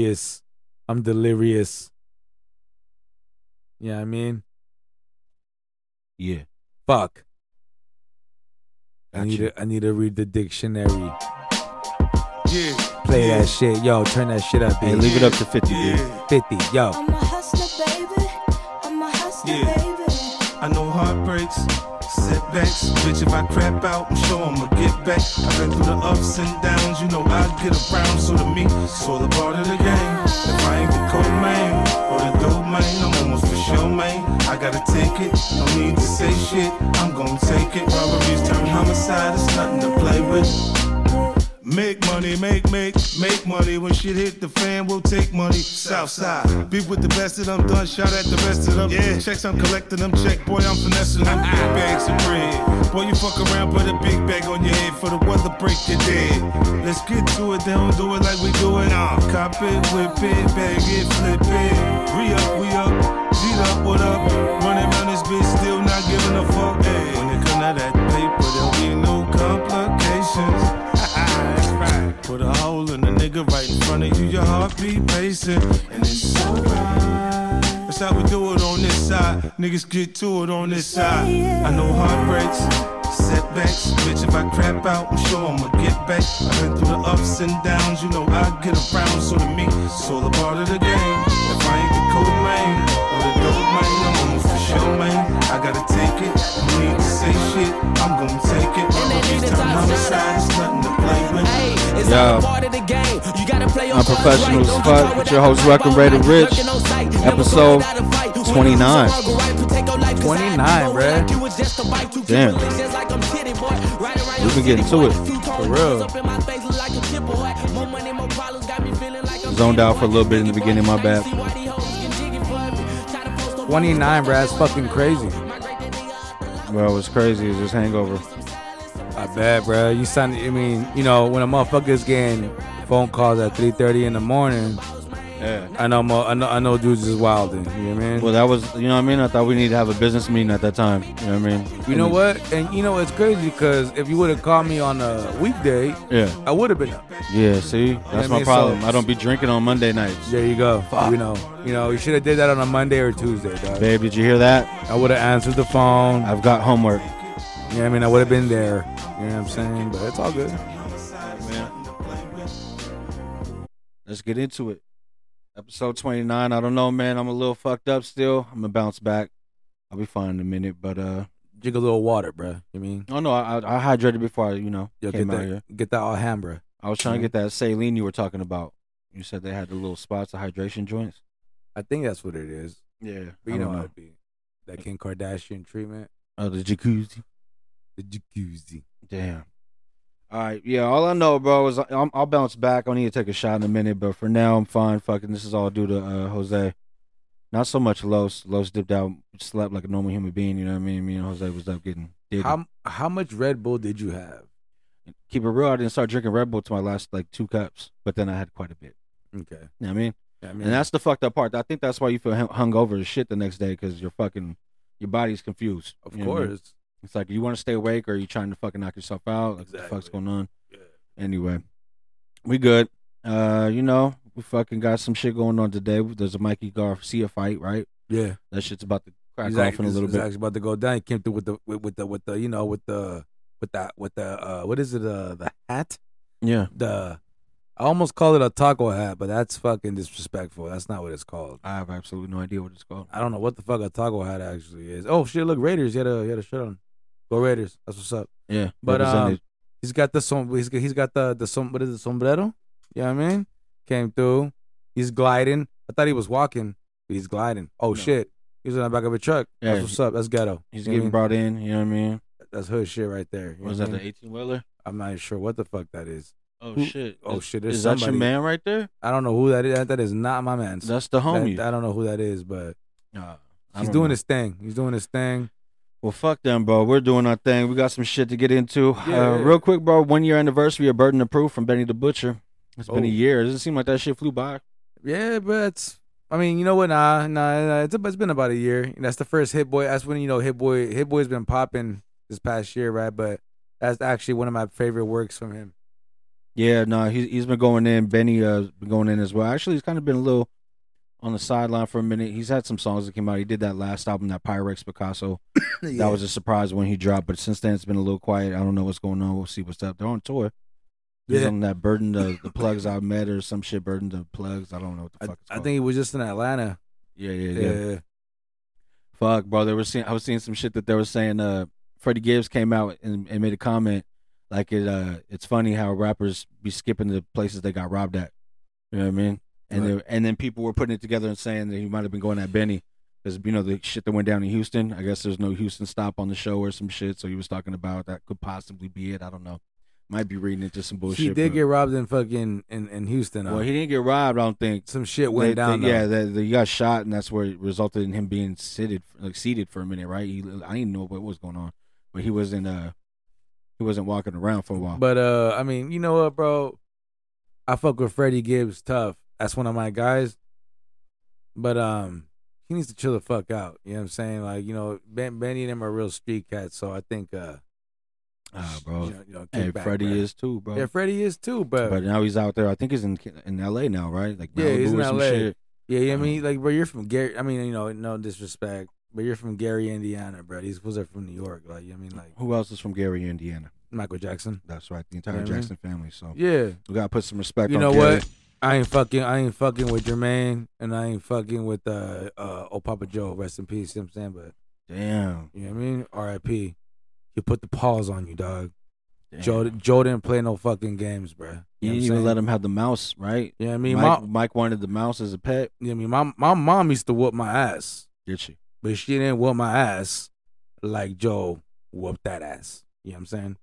delirious. I'm delirious. Yeah, I mean, Yeah. fuck. I need Gotcha. to I need to read the dictionary. Yeah, Play that shit. Yo, turn that shit up, Hey, bitch. leave it up to 50, dude. yeah. 50. Yo. I'm a hustler, baby. I'm a hustler, Yeah. baby. I know heartbreaks, setbacks. Bitch, if I crap out, I'm sure I'ma get back. I've been through the ups and downs, you know I get around. So to me, it's all a part of the game. If I ain't the cold man or the dope man, I'm almost for sure, man. I gotta take it, no need to say shit. I'm gonna take it. Robberies turn homicide, it's nothing to play with. Make money, make, make, make money. When shit hit the fan, we'll take money. Southside. Beef with the best of them, done shot at the rest of them. Yeah. Ah. Checks, I'm collecting them. Check, boy, I'm finessing them. Big bags of bread. Boy, you fuck around, put a big bag on your head for the weather break, you're dead. Let's get to it, they don't do it like we do it. Nah. Cop it, whip it, bag it, flip it. Re up, we up, beat up, what up? Running around this bitch, still not giving a fuck. Hey. When it come to that paper, there'll be no complications. Put a hole in the nigga right in front of you, your heartbeat pacing, and it's alright. That's how we do it on this side. Niggas get to it on this side. I know heartbreaks, setbacks. Bitch, if I crap out, I'm sure I'ma get back. I've been through the ups and downs, you know I get around. So to me, it's all a part of the game. If I ain't the cold man or the dope man, I'm almost for sure, man. I gotta take it. No need to say shit. I'm gonna take it. And they need to Turn talk homicide, it's nothing to play with. Hey, it's Yo. all a part of the game. You gotta play your I'm cards professional right. as Don't fuck. you try It's it your out host, the Record bottom Raider line. Rich. Lurking on sight. Never Episode going out of fight. When 29. you was a right, protect your life, 'cause I 29, know bruh. like you was just a bite, you keep Damn. it lit, just like I'm kidding, boy. Right around We've your been getting to city, boy. it. Few tone real. girls up in my face, look like a chip, boy. More money, more problems, got me feeling like I'm Zoned kidding, out for a boy. little bit in the Boy, beginning, my I can bad. see why these hoes get jiggy for me. Try to post a 29, bruh. That's fucking crazy. Bro, what's crazy is this hangover. I bet, bro. You sound. I mean, you know, when a motherfucker's getting phone calls at 3:30 in the morning, Yeah. I know, mo- I know, I know, dudes is wilding. You know what I mean? Well, that was, you know what I mean? I thought we need to have a business meeting at that time. You know what I mean? you know what? And you know it's crazy because if you would have called me on a weekday, Yeah. I would have been up. Yeah, see? That's I my mean, problem. so- I don't be drinking on Monday nights. There you go. You know, you know, you should have did that on a Monday or Tuesday, dog. Babe, did you hear that? I would have answered the phone. I've got homework. You know what I mean? I would have been there. You know what I'm saying? But it's all good. Let's get into it. Episode 29. I don't know, man. I'm a little fucked up still. I'm going to bounce back. I'll be fine in a minute. But, uh, Drink a little water, bro. You mean? oh no, I, I I hydrated before I, you know, Yo, get came out here. that, get that Alhambra. I was trying to get that saline you were talking about. You said they had the little spots, the hydration joints. I think that's what it is. Yeah. But you know, how it be. that Kim Kardashian treatment. Oh, the jacuzzi. The jacuzzi. Damn. All right, yeah. All I know, bro, is I- I'm, I'll bounce back. I need to take a shot in a minute, but for now, I'm fine. Fucking, this is all due to uh, Jose. Not so much Los. Los dipped out, slept like a normal human being. You know what I mean? Me and Jose was up getting did How how much Red Bull did you have? Keep it real. I didn't start drinking Red Bull to my last like two cups, but then I had quite a bit. Okay. You know what I mean? I mean, And that's the fucked up part. I think that's why you feel hung- hungover as shit the next day because you're fucking your body's confused. of You know what I mean? course. It's like you want to stay awake or you trying to fucking knock yourself out. Like what the fuck's Exactly. going on? Yeah. Anyway, we good. Uh, you know, we fucking got some shit going on today. There's a Mikey Garcia fight, right? Yeah. That shit's about to crack He's off in actually, a little he's bit. actually about to go down. He came through with the with, with the with the you know with the with that with the uh what is it uh the hat Yeah, the I almost call it a taco hat, but that's fucking disrespectful. That's not what it's called. I have absolutely no idea what it's called. I don't know what the fuck a taco hat actually is. Oh shit! Look, Raiders. He had a he had a shirt on. Go Raiders. That's what's up. Yeah, But, um, represented. He's got the som- he's got, he's got the the som- what is it sombrero? You know what I mean? Came through. He's gliding. I thought he was walking, but he's gliding. Oh No. shit! He was in the back of a truck. Yeah. That's what's up. That's ghetto. he's You know getting what brought in. You know what I mean? I mean? That's hood shit right there. You know Was what that I the mean? 18 wheeler? I'm not even sure what the fuck that is. Oh Mm-hmm. Who- shit! oh, Is- shit, there's Is that your somebody. man right there? I don't know who that is. That- that is not my man. That's the homie. I don't know who that is, but Nah, I he's don't doing know. his thing. He's doing his thing. Well, fuck them, bro. We're doing our thing. We got some shit to get into. Yeah. Uh, real quick, bro. One year anniversary of Burden of Proof from Benny the Butcher. It's been a Oh. year. It doesn't seem like that shit flew by. Yeah, but it's, I mean, you know what? Nah, nah, nah it's, it's been about a year. That's the first Hit Boy. That's when you know Hit Boy. Hit Boy's been popping this past year, right? But that's actually one of my favorite works from him. Yeah, no, he's he's been going in. Benny uh been going in as well. Actually, he's kind of been a little on the sideline for a minute. He's had some songs that came out. He did that last album, that Pyrex Picasso. That was a surprise when he dropped, but since then it's been a little quiet. I don't know what's going on. We'll see what's up. They're on tour. He's Yeah. on that burden the, the plugs I met or some shit burden the plugs. I don't know what the I, fuck. it's I called. think he was just in Atlanta. yeah, yeah, yeah. Yeah. Fuck, bro. They were seeing. I was seeing some shit that they were saying. Uh, Freddie Gibbs came out and, and made a comment like it. Uh, it's funny how rappers be skipping the places they got robbed at. You know what I mean? And Right. they- and then people were putting it together and saying that he might have been going at Benny because you know the shit that went down in Houston. I guess there's no Houston stop on the show or some shit. So he was talking about that could possibly be it. I don't know. Might be reading into some bullshit. he did but- get robbed in fucking in, in Houston. huh? well, he didn't get robbed. I don't think. Some shit went They- down. they- though. yeah, they, they got shot, and that's where it resulted in him being seated, like seated for a minute, right? He, I didn't know what was going on, but he wasn't. uh He wasn't walking around for a while. But uh, I mean, you know what, bro? I fuck with Freddie Gibbs tough. That's one of my guys. But um, he needs to chill the fuck out. You know what I'm saying? Like, you know, ben, Benny and him are real street cats, so I think uh, Ah, bro. you know, you know, kick hey, back, Freddie bro. is too, bro. Yeah, Freddie is too, but, but now he's out there. I think he's in in L.A. now, right? Like Yeah, he's Malibu in or some LA. shit. yeah, yeah, I mean, um, like, bro, you're from Gary. I mean, you know, no disrespect, but you're from Gary, Indiana, bro. These was are from New York, like, you know what I mean, like Who else is from Gary, Indiana? Michael Jackson. That's right, the entire Yeah, man. Jackson family. So Yeah, we gotta put some respect. you on know Gary. what? I ain't fucking I ain't fucking with Jermaine and I ain't fucking with uh uh old Papa Joe, rest in peace, you know what I'm saying? But Damn. you know what I mean? R.I.P. You put the pause on you, dog. damn. Joe Joe didn't play no fucking games, bro. you didn't even let him have the mouse, right? You know what I mean? Mike, My, Mike wanted the mouse as a pet. you know what I mean? My my mom used to whoop my ass, Did she? but she didn't whoop my ass like Joe whooped that ass. You know what I'm saying?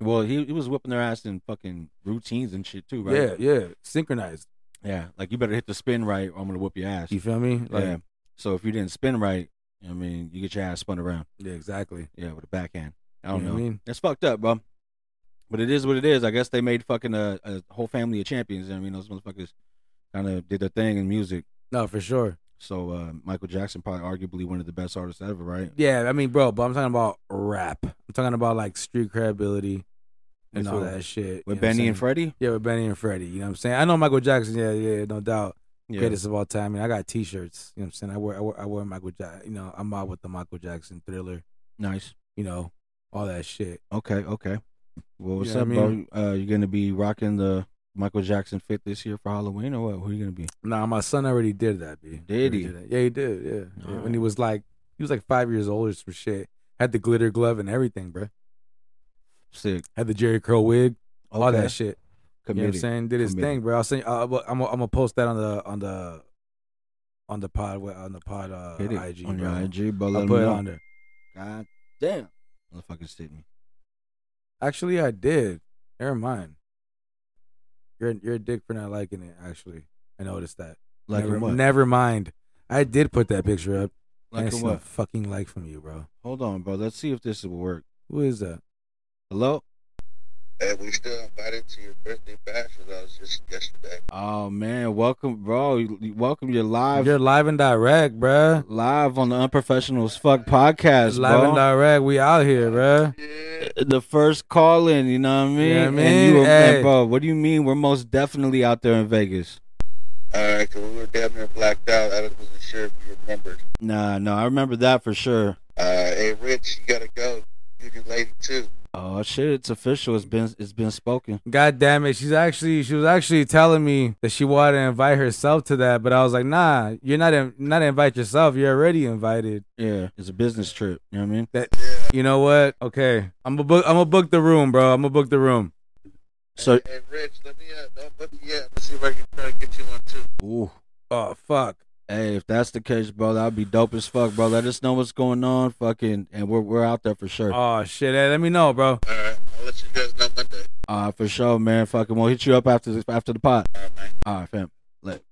Well, he, he was whipping their ass in fucking routines and shit too, right? Yeah, yeah. Synchronized. yeah. Like you better hit the spin right, or I'm gonna whoop your ass. You feel me? Like yeah. So if you didn't spin right, I mean, you get your ass spun around. yeah, exactly. Yeah, with a backhand. I don't You know know. what I mean? That's fucked up, bro. But it is what it is. I guess they made fucking a, a whole family of champions. you know what I mean, those motherfuckers kind of did their thing in music. No, for sure. So uh, Michael Jackson probably arguably one of the best artists ever, right? Yeah, I mean, bro, but I'm talking about rap. I'm talking about like street credibility and With all who? that shit. uh, With you know what I'm Benny and saying? Freddie. Yeah, with Benny and Freddie. You know what I'm saying? I know Michael Jackson. Yeah, yeah, no doubt, Yeah. greatest of all time. I mean, I got T-shirts. You know what I'm saying? I wear, I wear, I wear Michael Jackson. You know, I'm out with the Michael Jackson Thriller. Nice. You know, all that shit. Okay, okay. Well, what's Yeah, I up, mean- bro? Uh, you gonna be rocking the Michael Jackson fit this year for Halloween, or what? Who you gonna be? Nah, my son already did that. B. Did Already he? that. Yeah, he did. Yeah, Yeah, Alright. when he was like, he was like five years old or some shit. Had the glitter glove and everything, bro. Sick. Had the Jerry Curl wig, all Okay. that shit. You know what I'm Committed. saying? Did his Committed. thing, bro. I'll send. uh, I'll, I'll- I'm. gonna- I'm gonna post that on the on the on the pod on the pod uh, Hit it IG. on bro. your IG, bro. I'll Let put it me on know. there. God damn, motherfuckers hit me. Actually, I did. Never mind. You're you're a dick for not liking it. Actually, I noticed that. Like never, in what? never mind. I did put that picture up. and I like in seen what? a fucking like from you, bro. Hold on, bro. Let's see if this will work. Who is that? Hello. Hey, we still invited to your birthday bachelor. That was just yesterday. Oh man, welcome, bro. You- you- Welcome. You're live, You're live and direct, bro. live on the Unprofessional as Fuck podcast, Live and bro. direct. We out here, bro. Yeah. The first call in, you know what I mean? Yeah, And man. you- and Hey. bro, what do you mean? We're most definitely out there in Vegas. All right, 'cause we were damn near blacked out. I wasn't sure if you remembered. Nah, no, I remember that for sure. Uh, hey, Rich, you gotta go. You and your lady too. Oh shit, it's official. It's been it's been spoken. God damn it. She's actually she was actually telling me that she wanted to invite herself to that, but I was like, nah, you're not in, not invite yourself. You're already invited. Yeah, it's a business trip. You know what I mean? That you know what? Okay. I'm gonna book I'm gonna book the room, bro. I'm gonna book the room. So, Hey, Rich, let me uh, don't book you yet. Let's see if I can try to get you one too. ooh, Oh fuck. hey, if that's the case, bro, that'd be dope as fuck, bro. Let us know what's going on, fucking, and we're we're out there for sure. Oh shit. Hey, let me know, bro. All right, I'll let you guys know Monday. Uh, for sure, man. Fucking, we'll hit you up after this after the pot. All right, man. All right, fam. Let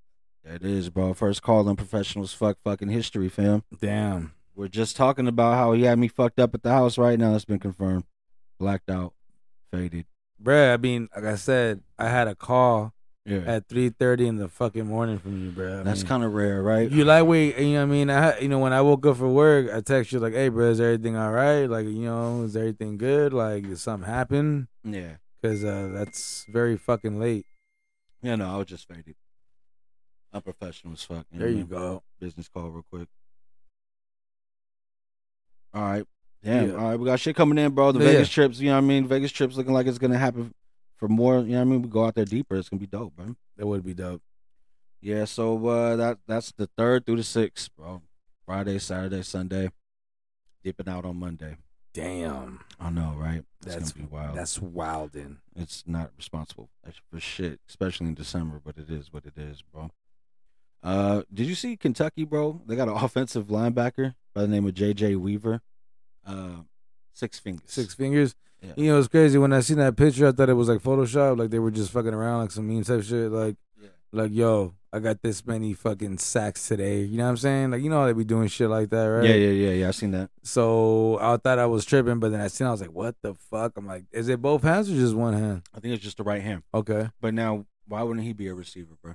there it is, bro. First call on professionals, fuck, fucking history, fam. Damn. We're just talking about how he had me fucked up at the house right now. It's been confirmed, blacked out, faded. Bruh, I mean, like I said, I had a call Yeah, at three thirty in the fucking morning from you, bro. I that's mean, kind of rare, right? you lightweight, you know what I mean? I you know when I woke up for work, I text you like, "Hey, bro, is everything all right? Like, you know, is everything good? Like, did something happen?" yeah. because uh, that's very fucking late. Yeah, no, I was just faded. I'm professional as fuck. There you know, go. Business call real quick. All right. Damn. Yeah. All right. We got shit coming in, bro. The Yeah, Vegas trips, you know what I mean? Vegas trips looking like it's going to happen for more. You know what I mean? We go out there deeper. It's going to be dope, bro. That would be dope. Yeah, so uh, that that's the third through the sixth, bro. Friday, Saturday, Sunday, dipping out on Monday. Damn, I know, right? It's that's gonna be wild. That's wilding. it's not responsible for shit, especially in December. But it is what it is, bro. Uh, did you see Kentucky, bro? They got an offensive linebacker by the name of J.J. Weaver. Uh, six fingers. Six fingers. Yeah. You know, it's crazy. When I seen that picture, I thought it was like Photoshop. Like they were just fucking around, like some meme type shit. Like, Yeah. like yo, I got this many fucking sacks today. You know what I'm saying? Like, you know how they be doing shit like that, right? Yeah, yeah, yeah, yeah. I seen that. So I thought I was tripping, but then I seen, I was like, what the fuck? I'm like, is it both hands or just one hand? I think it's just the right hand. Okay. But now, why wouldn't he be a receiver, bro?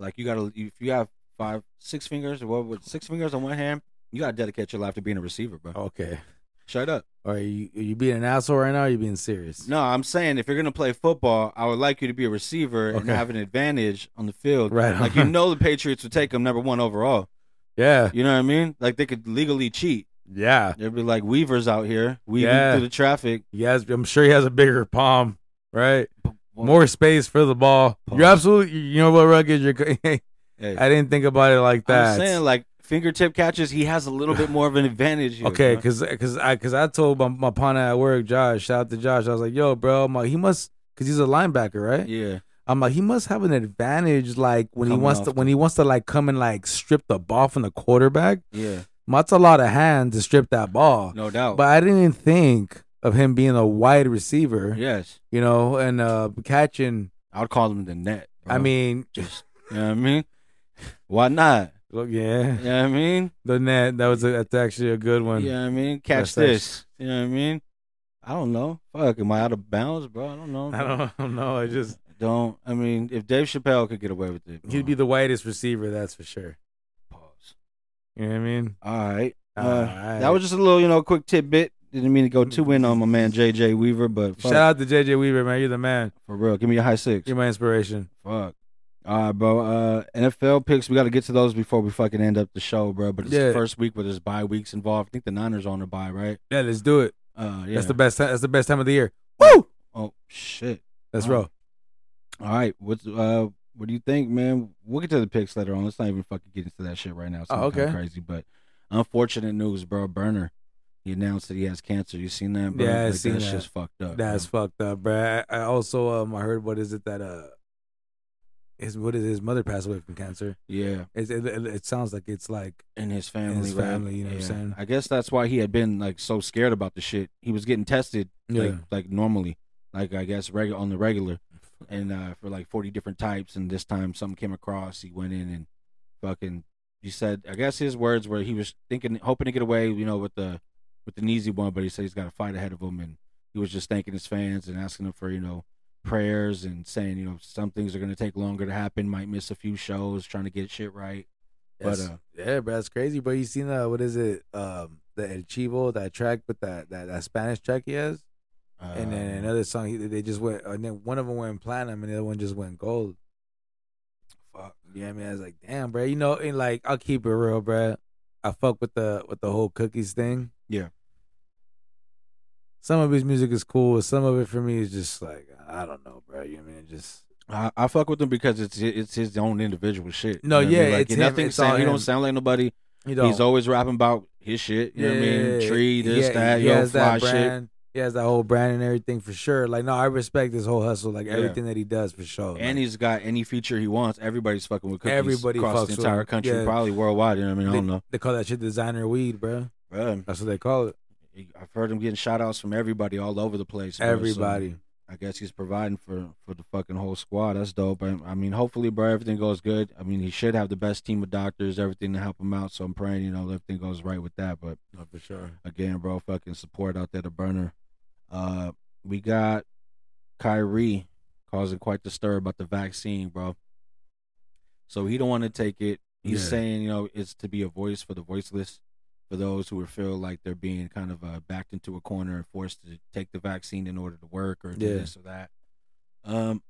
Like you gotta, if you have five, six fingers, or what? With six fingers on one hand, you gotta dedicate your life to being a receiver, bro. Okay. Shut up. Are you are you being an asshole right now? Or are you being serious? No, I'm saying if you're gonna play football, I would like you to be a receiver and Okay. have an advantage on the field. Right. Like you know, the Patriots would take him number one overall. Yeah. You know what I mean? Like they could legally cheat. Yeah. There'd be like Weavers out here weaving Yeah. through the traffic. He has. I'm sure he has a bigger palm, right? Well, More space for the ball. Palm. You're absolutely. You know what, Rugged? You're. co- I Hey, didn't think about it like that. I'm saying like fingertip catches, he has a little bit more of an advantage. Here, Okay, bro. cause, cause I, cause I told my, my partner at work, Josh. Shout out to Josh. I was like, "Yo, bro, I'm like, he must, cause he's a linebacker, right? Yeah. I'm like, he must have an advantage, like when he Coming wants off to, when he wants to, like come and like strip the ball from the quarterback. Yeah. That's a lot of hands to strip that ball. No doubt. But I didn't even think of him being a wide receiver, yes, you know, and uh catching. I would call him the net. bro. I mean, just you know what I mean. Why not? look, yeah, You know what I mean. the net. That was a, that's actually a good You one. know what I mean. Catch That's actually- this. You know what I mean. I don't know. Fuck, am I out of bounds, bro? I don't know. I don't, I don't know. I just Don't. I mean, if Dave Chappelle could get away with it, he'd be the widest receiver, that's for sure. pause. You know what I mean? All right. Uh, Alright. That was just a little, you know, quick tidbit. Didn't mean to go too in on my man JJ Weaver, but fuck, Shout out to JJ Weaver, man. You're the man. for real, give me a high six. You're my inspiration. Fuck. All right, bro. Uh, NFL picks. We got to get to those before we fucking end up the show, bro. But it's Yeah. the first week where there's bye weeks involved. I think the Niners are on the bye, right? Yeah, let's do it. Uh, yeah. That's the best. Time, that's the best time of the year. Woo! oh shit. Let's Oh. roll. All right. What's uh? What do you think, man? We'll get to the picks later on. Let's not even fucking get into that shit right now. It's Oh, kinda okay. Crazy, but unfortunate news, bro. Burner. He announced that he has cancer. You seen that, bro? Yeah, I like, seen that's that. just fucked up. That's bro. fucked up, bruh. I, I also um I heard what is it that uh his what is it? his mother passed away from cancer. yeah. It's, it, it, it sounds like it's like And his family, his right? family, you know what I'm Yeah. saying? I guess that's why he had been like so scared about the shit. He was getting tested like Yeah. like normally, like I guess regular on the regular, and uh, for like forty different types. And this time, something came across. He went in and fucking. He said, I guess his words were he was thinking, hoping to get away, you know, with the with an easy one, but he said he's got a fight ahead of him, and he was just thanking his fans and asking them for you know prayers and saying you know some things are gonna take longer to happen, might miss a few shows, trying to get shit right. But, That's- uh, yeah, bro, that's crazy, bro. You seen uh what is it? Um the El Chivo, that track with that that, that Spanish track he has? and then Um, another song he, they just went and then one of them went platinum and the other one just went gold. Fuck. Yeah, I mean I was like, damn, bro. You know, and like I'll keep it real, bro. I fuck with the with the whole cookies thing. Yeah. Some of his music is cool. Some of it for me is just like I don't know, bro. You know what I mean? It Just I, I fuck with him because it's it's his own individual shit. No, You know what I mean? yeah, like, it's him, nothing. it's sound, all he him. don't sound like nobody. you know, He's always rapping about his shit. You know what I mean? Tree, this, that, yo, fly shit. brand. He has that whole brand and everything for sure. Like, no, I respect his whole hustle, like Yeah. everything that he does for sure. Like, And he's got any feature he wants. Everybody's fucking with cookies. Everybody fucks across the with entire him. country, Yeah. probably worldwide. You know what I mean? I they, don't know. They call that shit designer weed, bro. Bruh, That's what they call it. I've heard him getting shout outs from everybody all over the place. bruh, so Everybody. I guess he's providing for for the fucking whole squad. That's dope. I, I mean, hopefully, bro, everything goes good. I mean, he should have the best team of doctors, everything to help him out. So I'm praying, you know, everything goes right with that. But No, for sure. again, bro, fucking support out there to burner. Uh, we got Kyrie causing quite the stir about the vaccine, bro. So he don't want to take it. He's Yeah. saying, you know, it's to be a voice for the voiceless, for those who feel like they're being kind of uh, backed into a corner and forced to take the vaccine in order to work or do Yeah. this or that. Um,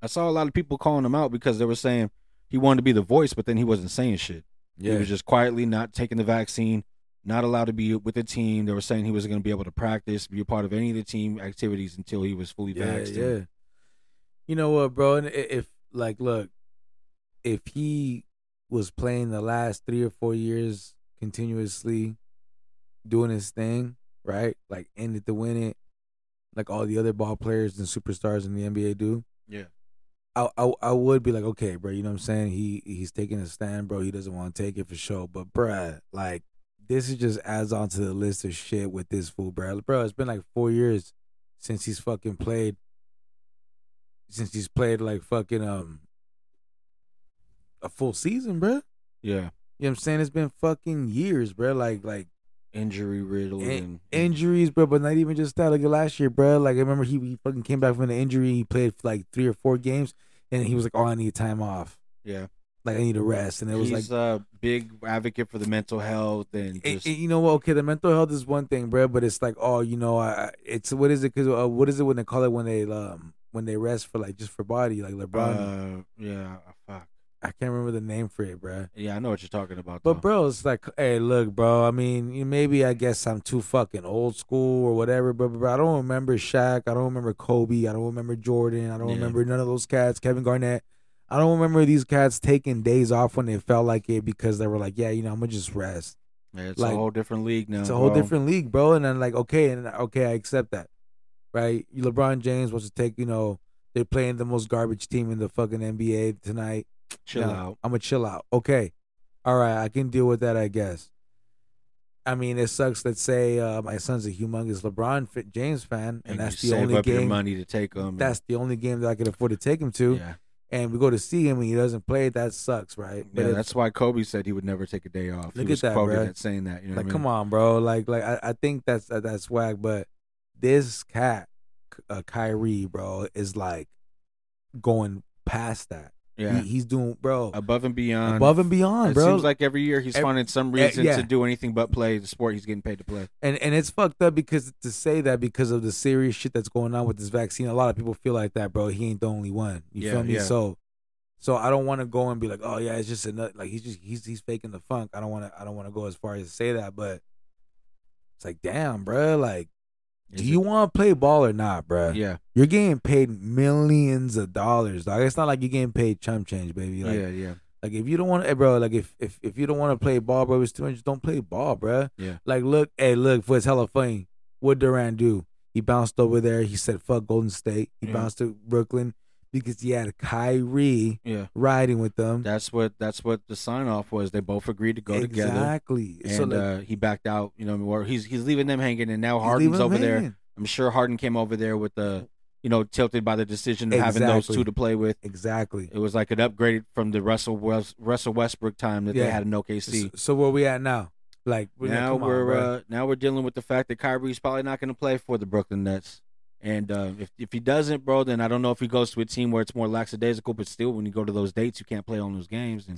I saw a lot of people calling him out because they were saying he wanted to be the voice, but then he wasn't saying shit. He Yeah, was just quietly not taking the vaccine, not allowed to be with the team. They were saying he wasn't going to be able to practice, be a part of any of the team activities until he was fully yeah, vaccinated. yeah. You know what, bro? And i- if like, look, if he was playing the last three or four years continuously, doing his thing, right? Like, in it to win it, like all the other ball players and superstars in the NBA do. yeah. I, I I would be like, okay, bro, you know what I'm saying? He he's taking a stand, bro. He doesn't want to take it for sure. But bruh, like this is just adds on to the list of shit with this fool, bruh. Bro, it's been like four years since he's fucking played since he's played like fucking um a full season, bruh. Yeah. You know what I'm saying? It's been fucking years, bruh. Like like Injury riddled In- and, injuries, bro, but not even just that. Like last year, bro. Like I remember he, he fucking came back from the injury. He played like three or four games, and he was like, "Oh, I need time off. Yeah. Like I need a rest." And it was He's like, a big advocate for the mental health and it- just it- you know what? Okay, the mental health is one thing, bro, but it's like, oh, you know, I, I- it's what is it? Because uh, what is it when they call it when they um when they rest for like just for body? Like LeBron, uh, yeah, fuck. I can't remember the name for it, bro. Yeah, I know what you're talking about. But though. bro, it's like, hey, look, bro. I mean, you- maybe I guess I'm too fucking old school or whatever. But, but I don't remember Shaq. I don't remember Kobe. I don't remember Jordan. I don't Yeah. remember none of those cats. Kevin Garnett. I don't remember these cats taking days off when they felt like it because they were like, yeah, you know, I'm gonna just rest. Yeah, it's like, a whole different league now. It's a whole bro. different league, bro. And I'm like, okay, and okay, I accept that, right? LeBron James wants to take, you know, they're playing the most garbage team in the fucking NBA tonight. chill out. I'm gonna chill out. Okay, all right, I can deal with that, I guess. I mean, it sucks. Let's say uh, my son's a humongous LeBron fi- James fan, and, And, that's you the save only up your game. money to take them. That's the only game that I can afford to take him to, yeah. and we go to see him and he doesn't play. That sucks, right? Yeah, if- that's why Kobe said he would never take a day off. he Look at was that, quoted bruh. at saying that. You know like, what I come mean? on, bro. Like, like I, I think that's that, that's whack. But this cat, K- uh, Kyrie, bro, is like going past that. Yeah, He, he's doing, bro, above and beyond. above and beyond, it bro. seems like every year he's Ev- finding some eh, reason yeah. to do anything but play the sport he's getting paid to play. and and it's fucked up because to say that because of the serious shit that's going on with this vaccine, a lot of people feel like that, bro. He ain't the only one. You Yeah, feel me? yeah. So, so I don't want to go and be like, oh yeah, it's just another. Like he's just he's he's faking the funk. I don't want to I don't want to go as far as to say that, but it's like, damn, bro. Like, do Is you it- want to play ball or not, bro? Yeah, You're getting paid millions of dollars, dog. It's not like you're getting paid chump change, baby. Like, yeah, yeah. like if you don't want to, bro, like if if if you don't want to play ball, bro, it's too much. Don't play ball, bro. Yeah. Like look, hey, look, for it's hella funny. What Durant do? He bounced over there. He said, "Fuck Golden State." He Yeah. bounced to Brooklyn because he had Kyrie Yeah, riding with them. that's what that's what the sign off was. They both agreed to go together, exactly. and so like, uh, he backed out. You know, where he's he's leaving them hanging, and now he's Harden's leaving over him there. hanging. I'm sure Harden came over there with the, you know, tilted by the decision of having those Exactly. two to play with. Exactly. It was like an upgrade from the Russell West, Russell Westbrook time that Yeah. they had in OKC. So, so where we at now? Like we're like, now come on, we're bro. uh, now we're dealing with the fact that Kyrie's probably not going to play for the Brooklyn Nets, and uh, if if he doesn't, bro, then I don't know if he goes to a team where it's more lackadaisical. But still, when you go to those dates, you can't play on those games, and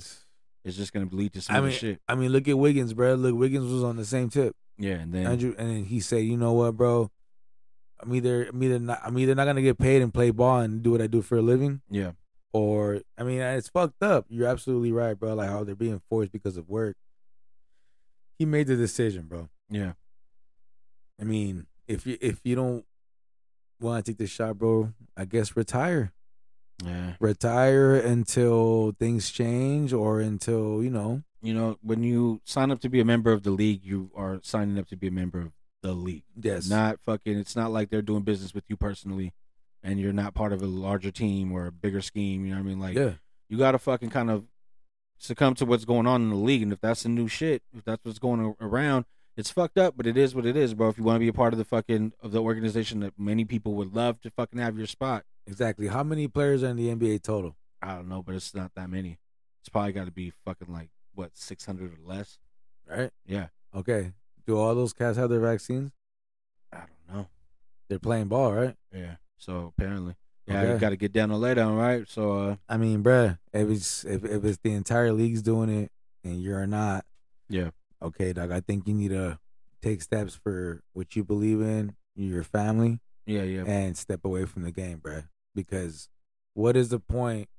it's just going to lead to some I other mean, shit. I mean, look at Wiggins, bro. Look, Wiggins was on the same tip. Yeah, and then Andrew, and then he said, "You know what, bro? I'm either I'm either not I'm either not gonna get paid and play ball and do what I do for a living, yeah, or I mean, it's fucked up. You're absolutely right, bro. Like how they're being forced because of work. He made the decision, bro. yeah, I mean, if you if you don't want to take the shot, bro, I guess retire, yeah. retire until things change or until you know, You know, when you sign up to be a member of the league, you are signing up to be a member of the league. yes, Not fucking. It's not like they're doing business with you personally, and you're not part of a larger team or a bigger scheme. You know what I mean? Like, yeah, you gotta fucking kind of succumb to what's going on in the league. And if that's the new shit, if that's what's going a- around, it's fucked up, but it is what it is, bro. If you want to be a part of the fucking of the organization that many people would love to fucking have your spot, exactly. How many players are in the NBA total? I don't know, but it's not that many. It's probably got to be fucking like what six hundred or less. Right? Yeah, Okay. Do all those cats have their vaccines? I don't know. they're playing ball, right? Yeah. So apparently, yeah, you Okay. got to get down and lay down, right? So uh, I mean, bruh, if it's if, if it's the entire league's doing it and you're not, Yeah. okay, dog, I think you need to take steps for what you believe in, your family, Yeah, yeah. and step away from the game, bruh. Because what is the point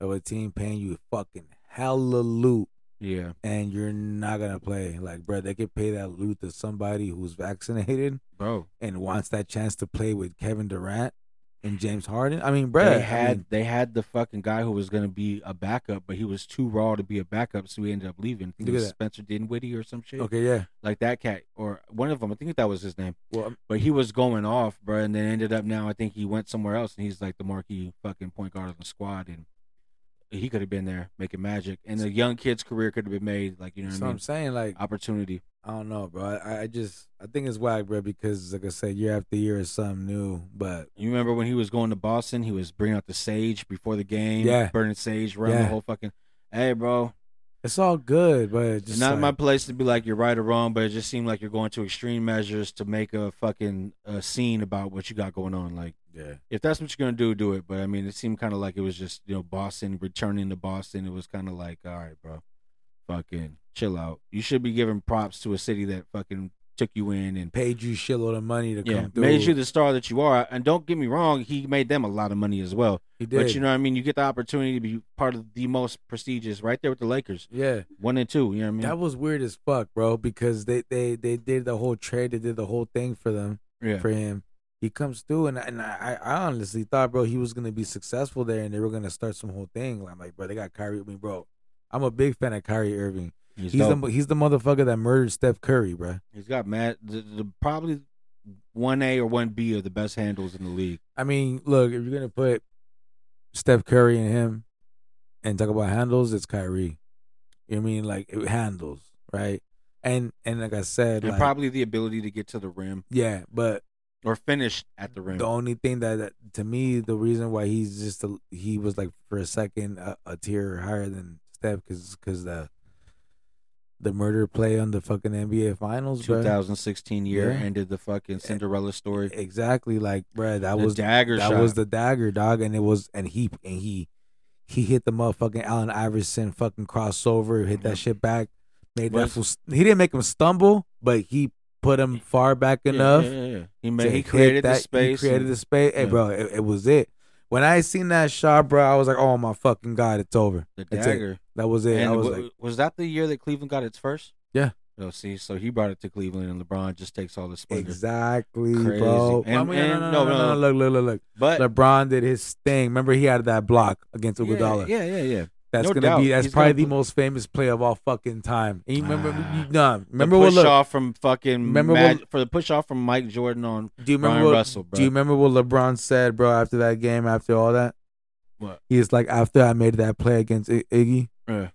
of a team paying you fucking hella loot yeah. and you're not gonna play? Like, bruh, they could pay that loot to somebody who's vaccinated Bro. and wants that chance to play with Kevin Durant and James Harden. I mean, bruh, They I had mean, they had the fucking guy who was gonna be a backup, but he was too raw to be a backup, so he ended up leaving. I think it Look at was that. Spencer Dinwiddie or some shit, okay, yeah. like that cat or one of them. I think that was his name. Well, But he was going off, bro, and then ended up now. I think he went somewhere else, and he's like the marquee fucking point guard of the squad, and he could have been there making magic, and the young kid's career could have been made, like you know that's what what I I'm mean? saying. Like, Opportunity. I don't know, bro. I, I just I think it's whack, bro, because like I said, year after year is something new. But You remember when he was going to Boston? He was bringing out the sage before the game, Yeah. burning sage around the Yeah. whole fucking. Hey, bro, it's all good, but it's just not like, my place to be like you're right or wrong, but it just seemed like you're going to extreme measures to make a fucking a scene about what you got going on. Like, yeah. if that's what you're gonna do, do it. But I mean, it seemed kind of like it was just you know Boston returning to Boston. It was kind of like, all right, bro, fucking chill out. You should be giving props to a city that fucking took you in and Paid you shitload of money to yeah, come through. made you the star that you are. And don't get me wrong, he made them a lot of money as well. he did. But you know what I mean? You get the opportunity to be part of the most prestigious, right there with the Lakers, yeah, one and two. You know what I mean? that was weird as fuck, bro. Because they they they did the whole trade, they did the whole thing for them yeah, for him. He comes through, and and I, I honestly thought, bro, he was gonna be successful there, and they were gonna start some whole thing. Like, I'm like, bro, they got Kyrie. I mean, bro, I'm a big fan of Kyrie Irving. he's, He's dope. the he's the motherfucker that murdered Steph Curry, bro. he's got mad. The, the, probably one A or one B are the best handles in the league. I mean, look, if you're gonna put Steph Curry and him and talk about handles, it's Kyrie. You know what I mean like it handles, right? And and like I said, And like, probably the ability to get to the rim yeah, but or finish at the rim. the only thing that, that to me the reason why he's just a, he was like for a second a, a tier higher than Steph because because the the murder play on the fucking NBA Finals, bro. 2016 year Yeah. ended the fucking Cinderella story. Exactly, like bro, that That was was dagger that shot. was the dagger, dog, and it was and he and he he hit the motherfucking Allen Iverson fucking crossover, hit that shit back, made that Was- fool. st- He didn't make him stumble, but he put him far back Yeah, enough. yeah, yeah, yeah. He to made, he hit created that- the space. He created and- the space. Hey, yeah. bro, it, it was it. When I seen that shot, bro, I was like, "Oh my fucking god, it's over." the That's it. dagger. That was it. and I was w- like, was that the year that Cleveland got its first? Yeah. Oh, see, so he brought it to Cleveland, and LeBron just takes all the splendor. "Exactly, Crazy. bro." And- I mean, and- no, no, no, no, no, Look, look, look, But look. LeBron did his thing. Remember, he had that block against Iguodala. yeah, yeah, yeah, yeah. That's No gonna doubt. be that's He's probably gonna the pl- most famous play of all fucking time. And you remember Ah. you, nah, remember the what push look, off from fucking Remember Mag- what- for the push off from Mike Jordan on do you remember Brian what, Russell, bro. do you remember what LeBron said, bro, after that game, after all that? What? He's like after I made that play against I- Iggy, Yeah.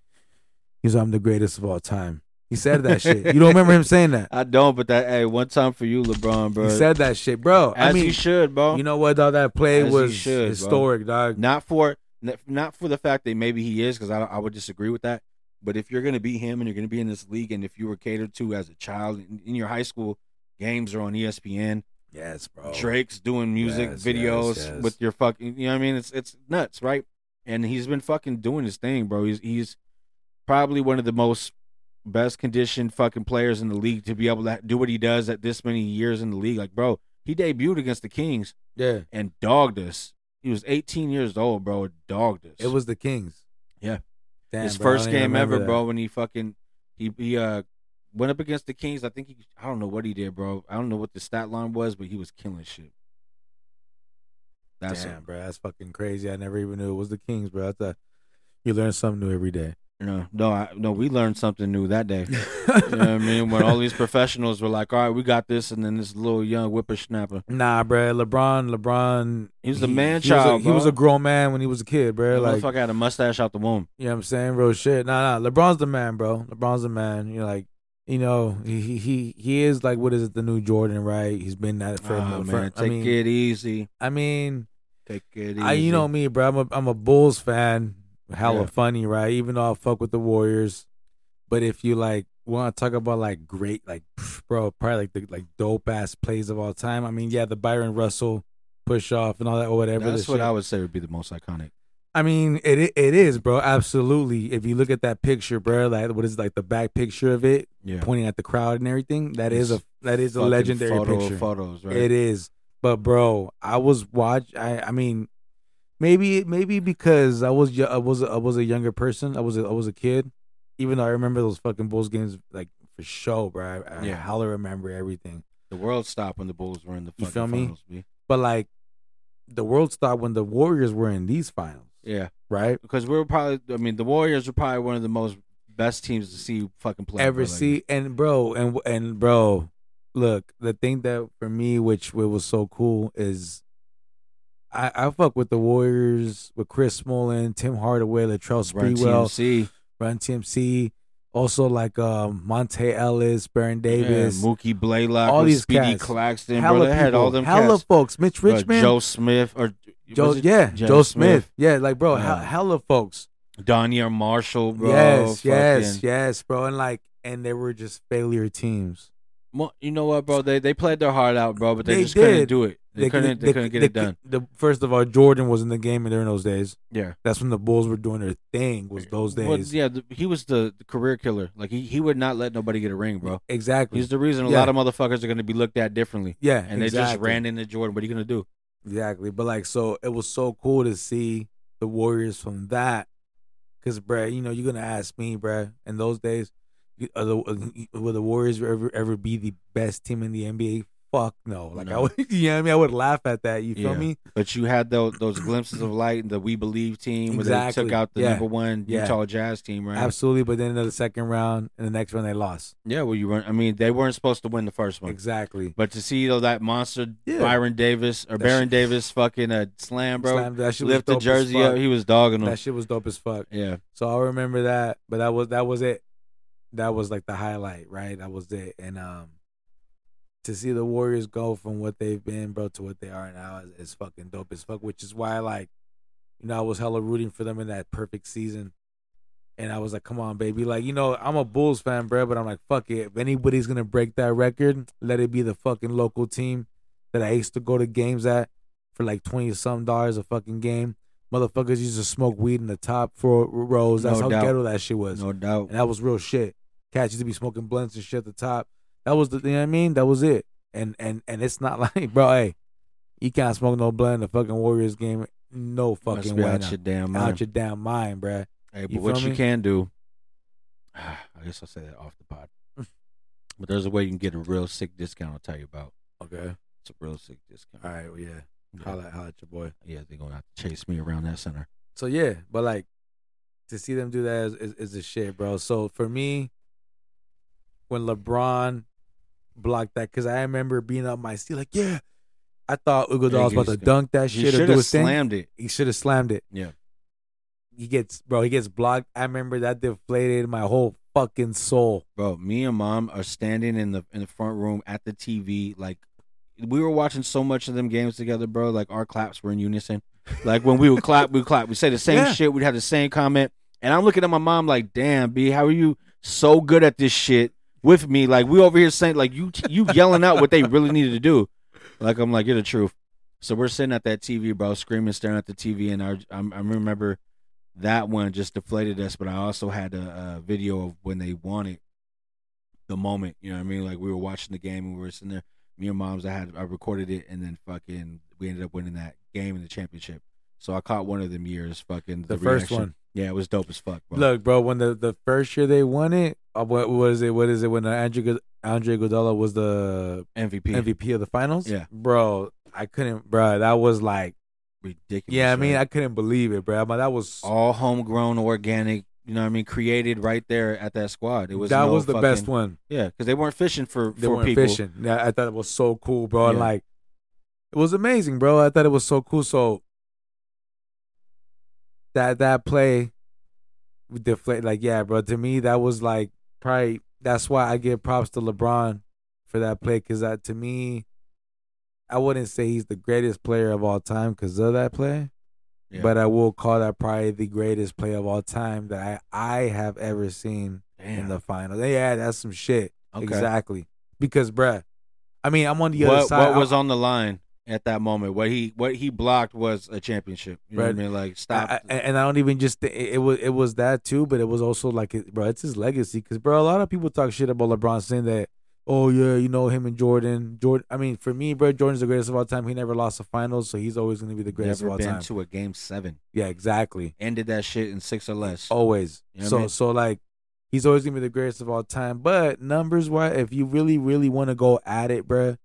he's I'm the greatest of all time. He said that shit. You don't remember him saying that. I don't, but that hey, one time for you, LeBron, bro. He said that shit, bro. I As mean, he should, bro. you know what? Dog, that play As he was should, bro. historic, dog. not for n- not for the fact that maybe he is because I, I would disagree with that but if you're going to be him and you're going to be in this league and if you were catered to as a child in, in your high school games are on E espn Yes, bro. drake's doing music Oh. Yes, videos yes, yes. with your fucking you know what i mean it's it's nuts right and he's been fucking doing his thing bro he's he's probably one of the most best conditioned fucking players in the league to be able to do what he does at this many years in the league like bro he debuted against the kings Yeah. and dogged us. He was 18 years old, bro. and Dogged us. It was the Kings. Yeah. Damn, his bro, I first don't even game remember ever, that. bro. When he fucking he he uh went up against the Kings. I think he I don't know what he did, bro. I don't know what the stat line was, but he was killing shit. That's Damn, it. bro, that's fucking crazy. I never even knew it was the Kings, bro. I thought you learn something new every day. No, no, I, no. We learned something new that day. You know what I mean? When all these professionals were like, "All right, we got this," and then this little young whippersnapper. nah, bro, LeBron, LeBron, He was a man He was a, child, he was bro. a grown man when he was a kid, bro. That Like, motherfucker had a mustache out the womb. you know what I'm saying, bro? Shit, nah, nah. LeBron's the man, bro. LeBron's the man. You know, like, you know, he he- he he is like what is it, the new Jordan, right? He's been that for, Ah, for- man, I take mean, it easy. I mean, Take it easy. I you know me, bro. I'm a I'm a Bulls fan. Hella Yeah. funny, right? Even though I fuck with the Warriors, but if you like want to talk about like great, like pff, bro, probably like the like dope ass plays of all time. I mean, yeah, the Byron Russell push off and all that or whatever. That's the what shit. I would say would be the most iconic. I mean, it i- it is, bro. Absolutely. If you look at that picture, bro, like what is like the back picture of it, Yeah. pointing at the crowd and everything. That is It's a that is a Fucking legendary photo- picture. Photos, right? It is. But bro, I was watch. I I mean, maybe maybe because I was yo- I was I was a younger person. I was a, I was a kid. Even though I remember those fucking Bulls games like for show, bro. I, I Yeah. hella remember everything. The world stopped when the Bulls were in the You fucking feel me? finals. B. But like, the world stopped when the Warriors were in these finals, Yeah, right? because we were probably. I mean, the Warriors were probably one of the most best teams to see fucking play. Ever bro, like- see and bro and and bro, look the thing that for me which what was so cool is. I, I fuck with the Warriors with Chris Mullin, Tim Hardaway, Latrell Run Sprewell, TMC, Run TMC, also like um, Monte Ellis, Baron yeah, Davis, Mookie Blaylock, all all these these Speedy cats. Claxton, hella bro. They had all people, them hella cats. folks, Mitch Bro, Richmond, Joe Smith, or Joe, was it yeah, Joe Joe Smith. yeah, like bro, he- Yeah. hella folks, Donnier Marshall, bro. yes, yes, fucking- yes, bro, and like, and they were just failure teams. Mo- You know what, bro? They they played their heart out, bro, but they, They just did. couldn't do it. They, couldn't. They, couldn't get could- it done. The, first of all, Jordan was in the game during those days. Yeah. That's when the Bulls were doing their thing. Was those days? Eh, Well, yeah, the, he was the, the career killer. Like he, he would not let nobody get a ring, bro. exactly. He's the reason a Yeah. lot of motherfuckers are going to be looked at differently. yeah, And exactly. they just ran into Jordan. What are you going to do? Exactly. But like, so it was so cool to see the Warriors from that. Cause, bruh, you know, you're gonna ask me, bruh. In those days, you- are the, uh, will the Warriors ever ever be the best team in the NBA? Fuck no. Like I No. would, you know what I mean? I would laugh at that. You feel Yeah. me? But you had those, those glimpses of light in the We Believe team where they Exactly. took out the Yeah. number one Yeah. Utah Jazz team, right? Absolutely. But then in the second round, in the next round, they lost. Yeah, well, you run. I mean, they weren't supposed to win the first one. Exactly. But to see though that monster Yeah. Byron Davis or That Baron shit- Davis fucking uh, slam, bro, Slam- that shit was lift the dope as jersey fuck. up, he was dogging him. That shit was dope as fuck. Yeah, So I remember that, but that was that was it. That was like the highlight, right? That was it. And um to see the Warriors go from what they've been, bro, to what they are now is, is fucking dope as fuck, which is why like you know, I was hella rooting for them in that perfect season. And I was like, come on, baby. Like, you know, I'm a Bulls fan, bro, but I'm like, fuck it. If anybody's gonna break that record, let it be the fucking local team that I used to go to games at for like twenty some dollars a fucking game. Motherfuckers used to smoke weed in the top four rows. That's No how doubt. ghetto that shit was. no doubt. And that was real shit. Cats used to be smoking blunts and shit at the top. That was the you know what I mean? That was it. And and and it's not like, bro, hey, you can't smoke no blunt in the fucking Warriors game. No Must fucking be way. out now. your damn mind. Out your damn mind, bruh. Hey, but You what feel you me? can do, I guess I'll say that off the pod. Mm. but there's a way you can get a real sick discount. I'll tell you about. Okay. It's a real sick discount. All right. Well, yeah. Yeah. Holla, holla at your boy. Yeah, they're gonna have to chase me around that center. So yeah, but like to see them do that is is, is the shit, bro. So for me, when LeBron blocked that, because I remember being up my seat, like yeah, I thought Iguodala was about to Iggy's- dunk that You shit or should do have his thing. slammed it. He should have slammed it. Yeah. He gets bro. He gets blocked. I remember that deflated my whole fucking soul. Bro, me and mom are standing in the in the front room at the TV. Like we were watching so much of them games together, bro. Like our claps were in unison. Like when we would clap, we would clap. We say the same Yeah. shit. We'd have the same comment. And I'm looking at my mom like, "Damn, b, how are you so good at this shit with me? Like we over here saying like you you yelling out what they really needed to do. Like I'm like, you're the truth. So we're sitting at that TV, bro, screaming, staring at the TV, and I I, I remember that one just deflated us. But I also had a, a video of when they won it, the moment. You know what I mean? Like we were watching the game and we were sitting there. Me and moms, I had I recorded it, and then fucking we ended up winning that game in the championship. So I caught one of them years, fucking The first reaction. one. Yeah, it was dope as fuck, bro. Look, bro, when the, the first year they won it, uh, what was it? What is it? When uh, Andre Gu- Andre Iguodala was the MVP, MVP of the finals. Yeah. bro, I couldn't, bro. That was like, ridiculous. yeah, I mean, right? I couldn't believe it, bro. I mean, that was all homegrown, organic. You know what I mean? Created right there at that squad. It was that no was the fucking- best one. Yeah, because they weren't fishing for They for weren't people. fishing. Yeah, I thought it was so cool, bro. And Yeah. like, it was amazing, bro. I thought it was so cool. So that that play deflate, like, yeah, bro. To me, that was like probably that's why I give props to LeBron for that play because that to me, I wouldn't say he's the greatest player of all time because of that play, Yeah. but I will call that probably the greatest play of all time that I I have ever seen in Damn. the finals. Yeah, that's some shit. Okay. Exactly. Because, bruh, I mean, I'm on the what, other side. what was on the line at that moment. What he what he blocked was a championship. You know what I Right. mean? Like stop. I, I- and I don't even just thi- it, it was it was that too, but it was also like it- bro, it's his legacy because bro, a lot of people talk shit about LeBron saying that, oh yeah, you know him and Jordan. Jordan, I mean, for me, bro, Jordan's the greatest of all time. He never lost a final, so he's always gonna be the greatest never of all been time. to a game seven. yeah, exactly, Ended that shit in six or less. always. You know what I so mean? so like, he's always gonna be the greatest of all time. But numbers wise, if you really really want to go at it, bro,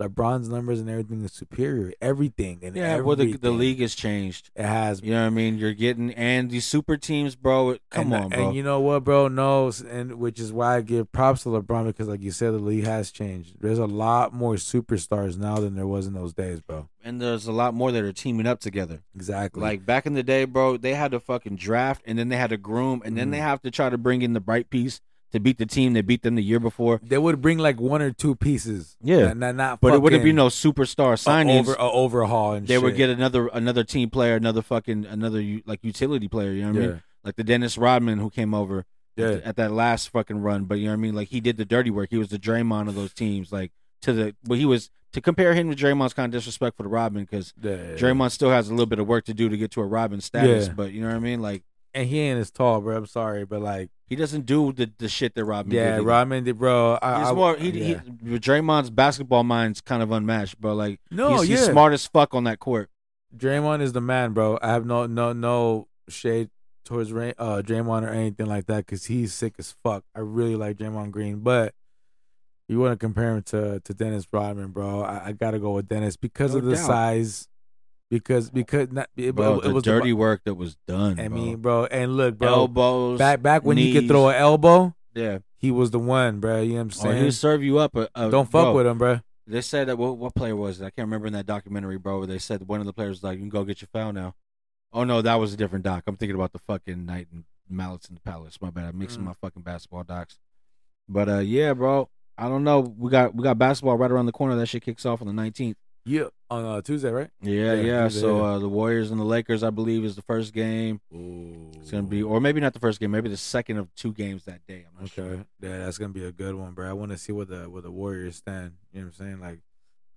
LeBron's numbers and everything is superior. Everything and yeah. Well, the, the everything. league has changed. it has You know what I mean? You're getting and these super teams, bro. Come and, on, bro. And you know what, bro? No, s- and which is why I give props to LeBron because, like you said, the league has changed. There's a lot more superstars now than there was in those days, bro. and there's a lot more that are teaming up together. Exactly. Like back in the day, bro, they had to fucking draft and then they had to groom and then Mm-hmm. they have to try to bring in the bright piece to beat the team that beat them the year before. they would bring like one or two pieces. Yeah. and not, not But it wouldn't be fucking no superstar a signings. over a overhaul and they shit. would get another another team player, another fucking another u- like utility player. You know what I mean? Like the Dennis Rodman who came over Yeah. at, at that last fucking run. But you know what I mean? Like he did the dirty work. He was the Draymond of those teams. Like to the but he was to compare him to Draymond's kind of disrespectful to Rodman because yeah, Draymond still has a little bit of work to do to get to a Rodman status. Yeah. But you know what I mean? Like. and he ain't as tall, bro. I'm sorry, but like, He doesn't do the, the shit that Rodman yeah, did. Rodman did, bro. I, He's I- more he, yeah. he Draymond's basketball mind's kind of unmatched, bro. Like no, he's, yeah, he's smart as fuck on that court. Draymond is the man, bro. I have no no no shade towards Ray, uh Draymond or anything like that because he's sick as fuck. I really like Draymond Green, but you want to compare him to to Dennis Rodman, bro? I, I gotta go with Dennis because No of the doubt. size, because because not it, Bro, it, the was dirty work that was done. I bro. mean, bro, and look, bro, elbows back back when he could knees. throw an elbow, Yeah, he was the one, bro. You know what I'm oh, saying? he'll serve you up. A, a- Don't fuck bro, with him, bro. They said that what, what player was it? I can't remember in that documentary, bro. Where they said that one of the players was like, "You can go get your foul now." Oh no, that was a different doc. I'm thinking about the fucking night and mallets in the palace. My bad. I'm mixing Mm. my fucking basketball docs. But uh, yeah, bro. I don't know. We got we got basketball right around the corner. That shit kicks off on the 19th. Yeah, on uh, Tuesday, right? Yeah, yeah. Yeah, Tuesday, So yeah. uh, the Warriors and the Lakers, I believe, is the first game. It's gonna be, or maybe not the first game, maybe the second of two games that day. I'm not sure. Okay, yeah, that's gonna be a good one, bro. I want to see where the where the Warriors stand. You know what I'm saying? Like,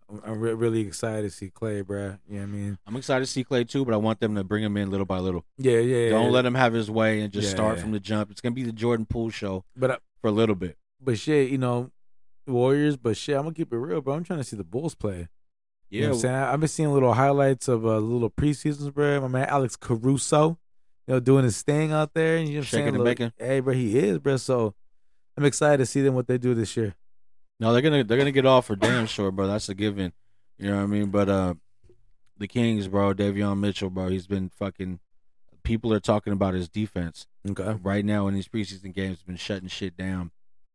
I'm- I'm re- really excited to see Clay, bro. You know what I mean? I'm excited to see Clay too, but I want them to bring him in little by little. Yeah, yeah. yeah, Don't yeah. let him have his way and just Yeah, start yeah. from the jump. It's gonna be the Jordan Poole show But I- for a little bit. but shit, you know, Warriors. But shit, I'm gonna keep it real, bro. I'm trying to see the Bulls play. You know what I'm saying? I- I've been seeing little highlights of uh, little preseasons, bro. My man Alex Caruso, you know, doing his thing out there. And you know what I'm Shaking saying? and Look, baking. Hey, bro, he is, bro. So I'm excited to see them what they do this year. no, they're gonna they're gonna get off for damn sure, bro. That's a given. You know what I mean? But uh, the Kings, bro, Davion Mitchell, bro, he's been fucking. People are talking about his defense. Okay. right now in these preseason games been shutting shit down.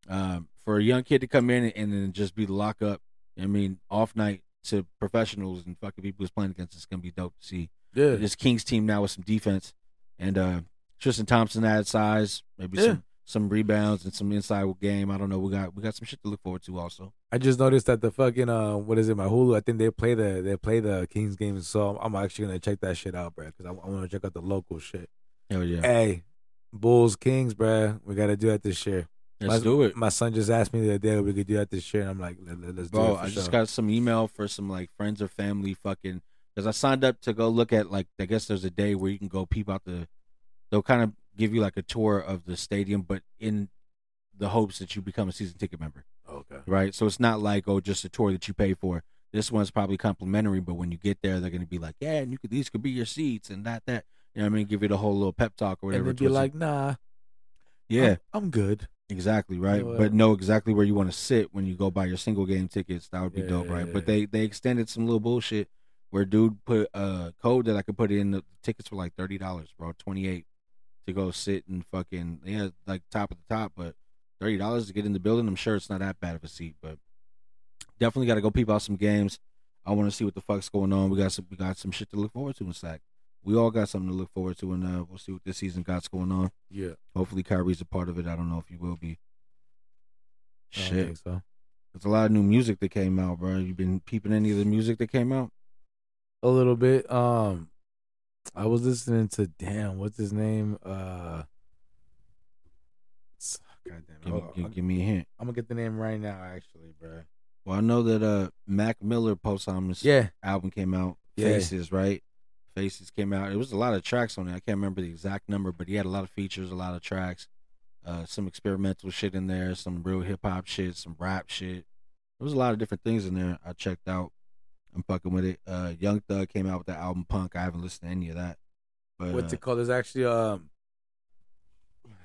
Um, for a young kid to come in and, then just be locked up, I mean, off night to professionals and fucking people who's playing against, it's gonna be dope to see. Yeah. This Kings team now with some defense and uh, Tristan Thompson added size, maybe Yeah. some some rebounds and some inside game. I don't know. We got we got some shit to look forward to also. I just noticed that the fucking uh, what is it, my Hulu? I think they play the they play the Kings game, so I'm, I'm actually gonna check that shit out, bro, because I, want to check out the local shit. Hell yeah, Hey, Bulls Kings, bro, we gotta do that this year. let's my, do it. My son just asked me the other day if we could do that this year, and I'm like, let, us do Bro, it. For I just sure. got some email for some like friends or family fucking because I signed up to go look at like I guess there's a day where you can go peep out the they'll kind of give you like a tour of the stadium, but in the hopes that you become a season ticket member, okay. right? So it's not like oh just a tour that you pay for. This one's probably complimentary, but when you get there, they're gonna be like, yeah, and you could these could be your seats and that that. You know what I mean? Give you the whole little pep talk or And whatever. they'd be towards the- like, nah, yeah, I'm, I'm good. Exactly right, Yeah. but know exactly where you want to sit when you go buy your single game tickets. That would be Yeah, dope, right? yeah, But they they extended some little bullshit where dude put a code that I could put in. The tickets were like thirty dollars, bro, twenty eight to go sit and fucking yeah, like top of the top, but thirty dollars to get in the building. I'm sure it's not that bad of a seat, but definitely got to go peep out some games. I want to see what the fuck's going on. We got some we got some shit to look forward to in Sac. We all got something to look forward to, and uh, we'll see what this season got's going on. Yeah. Hopefully Kyrie's a part of it. I don't know if he will be. I don't Shit, think so. there's a lot of new music that came out, bro. You been peeping any of the music that came out? A little bit. Um, I was listening to damn, what's his name? Uh, it's- God damn it. Give, me Hold on. Oh, give, give me a hint. I'm gonna get the name right now, actually, bro. Well, I know that uh Mac Miller post Simon's Yeah, album came out. Yeah. Faces, right? Faces came out. It was a lot of tracks on it. I can't remember the exact number, but he had a lot of features, a lot of tracks, uh, some experimental shit in there, some real hip hop shit, some rap shit. There was a lot of different things in there. I checked out. I'm fucking with it. Uh, Young Thug came out with the album Punk. I haven't listened to any of that. But what's uh, it called? There's actually um.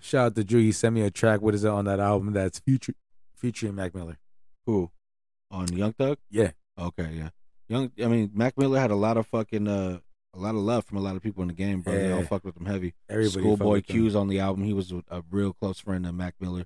Shout out to Drew. He sent me a track. What is it on that album? That's future, featuring Mac Miller. who uh, on Young Thug? Yeah. Okay, yeah. Young, I mean, Mac Miller had a lot of fucking uh, a lot of love from a lot of people in the game, bro. They all Yeah. fucked with him heavy. Everybody. fuck Schoolboy with them. Q's on the album. He was a- a real close friend of Mac Miller.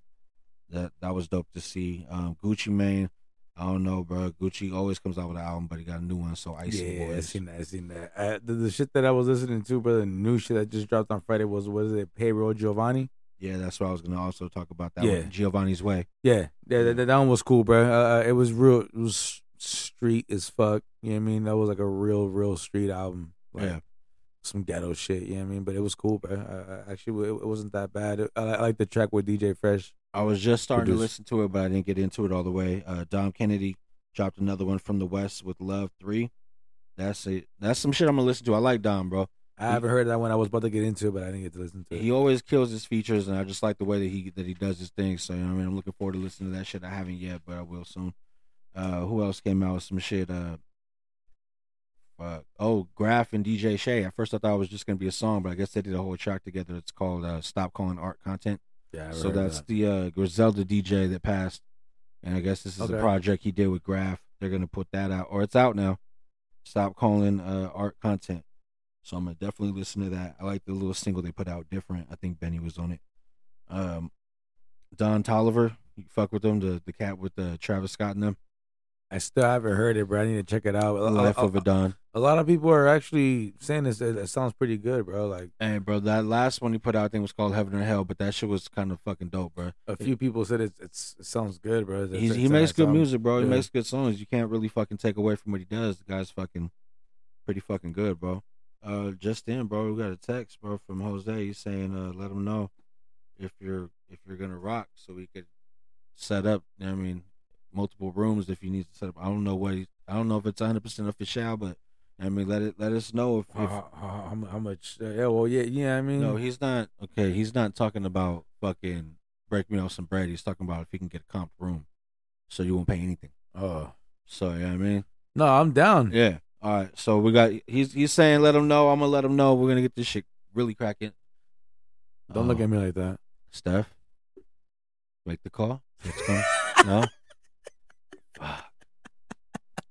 That that was dope to see. Um, Gucci Mane, I don't know, bro. Gucci always comes out with an album, but he got a new one. So Icy Yeah, I Boys. seen that. I seen that. Uh, the, the shit that I was listening to, brother, the new shit that just dropped on Friday was what is it? Payroll Giovanni. Yeah, that's what I was gonna also talk about. That Yeah. one, Giovanni's Way. Yeah, yeah, that, that that one was cool, bro. Uh, uh, it was real. It was street as fuck. You know what I mean? That was like a real, real street album. Like, Yeah. Some ghetto shit, you know what I mean? But it was cool, bro. Uh, uh, actually, it, it wasn't that bad. I, I like the track with DJ Fresh. I was just starting to Produce. listen to it, but I didn't get into it all the way. Uh, Dom Kennedy dropped another one from the West with Love Three. That's it. That's some shit I'm gonna listen to. I like Dom, bro. I haven't heard that one. I was about to get into it, but I didn't get to listen to it. He always kills his features, and I just like the way that he that he does his thing. So you know, what I mean, I'm looking forward to listening to that shit. I haven't yet, but I will soon. Uh, who else came out with some shit? Uh, fuck. Oh, Graf and DJ Shay. At first, I thought it was just gonna be a song, but I guess they did a whole track together. It's called uh, "Stop Calling Art Content." yeah, I haven't so heard that's that. the uh, Griselda DJ that passed, and I guess this is a Okay. project he did with Graf. They're gonna put that out, or it's out now. Stop calling uh, art content. So I'm gonna definitely listen to that. I like the little single they put out, different. I think Benny was on it. Um, Don Tolliver, you fuck with them, the the cat with uh, Travis Scott in them. I still haven't heard it, bro. I need to check it out. A- a- Life of a a, Don. a lot of people are actually saying this. It, it sounds pretty good, bro. Like Hey, bro, that last one he put out, I think was called Heaven or Hell, but that shit was kind of fucking dope, bro. a few people said it, it's, it sounds good, bro. It's- He's, it's he a makes nice good album. music, bro. He Yeah. makes good songs. You can't really fucking take away from what he does. The guy's fucking pretty fucking good, bro. Uh, just in, bro, we got a text, bro, from Jose. He's saying, uh, let him know if you're if you're gonna rock, so we could set up. You know what I mean, multiple rooms if you need to set up. I don't know what he, I don't know if it's 100 percent official, but I mean, let it let us know if, How, if how- Uh-huh, how- how much? uh, yeah, well, yeah, yeah. I mean, no, he's not okay. He's not talking about fucking break me off some bread. He's talking about if he can get a comp room, so you won't pay anything. oh. So you know what I mean. no, I'm down. Yeah. All right. So we got. He's he's saying let him know. I'm gonna let him know. We're gonna get this shit really cracking. Um, Don't look at me like that. Steph. Make the call. Let's go. no. Fuck.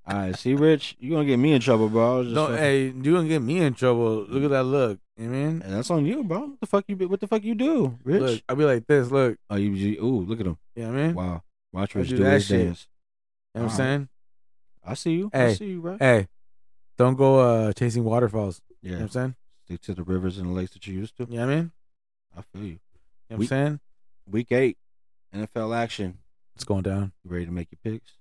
All right. See, Rich, you gonna get me in trouble, bro. I was just Don't, fucking- hey, you gonna get me in trouble. Look at that look. You mean? And that's on you, bro. What the fuck you? be- What the fuck you do, Rich? Look, I'll be like this. Look, Oh, you, you. Ooh, look at him. you know what I mean? Wow. Watch I Rich do do, that his shit. dance. You know what I'm Alright. saying? I see you. I Hey. see you, bro. Hey, don't go uh chasing waterfalls. You Yeah. know what I'm saying? Stick to the rivers and the lakes that you used to. You know what I mean? I feel you. You know what We- I'm saying? Week eight, NFL action. It's going down. You ready to make your picks?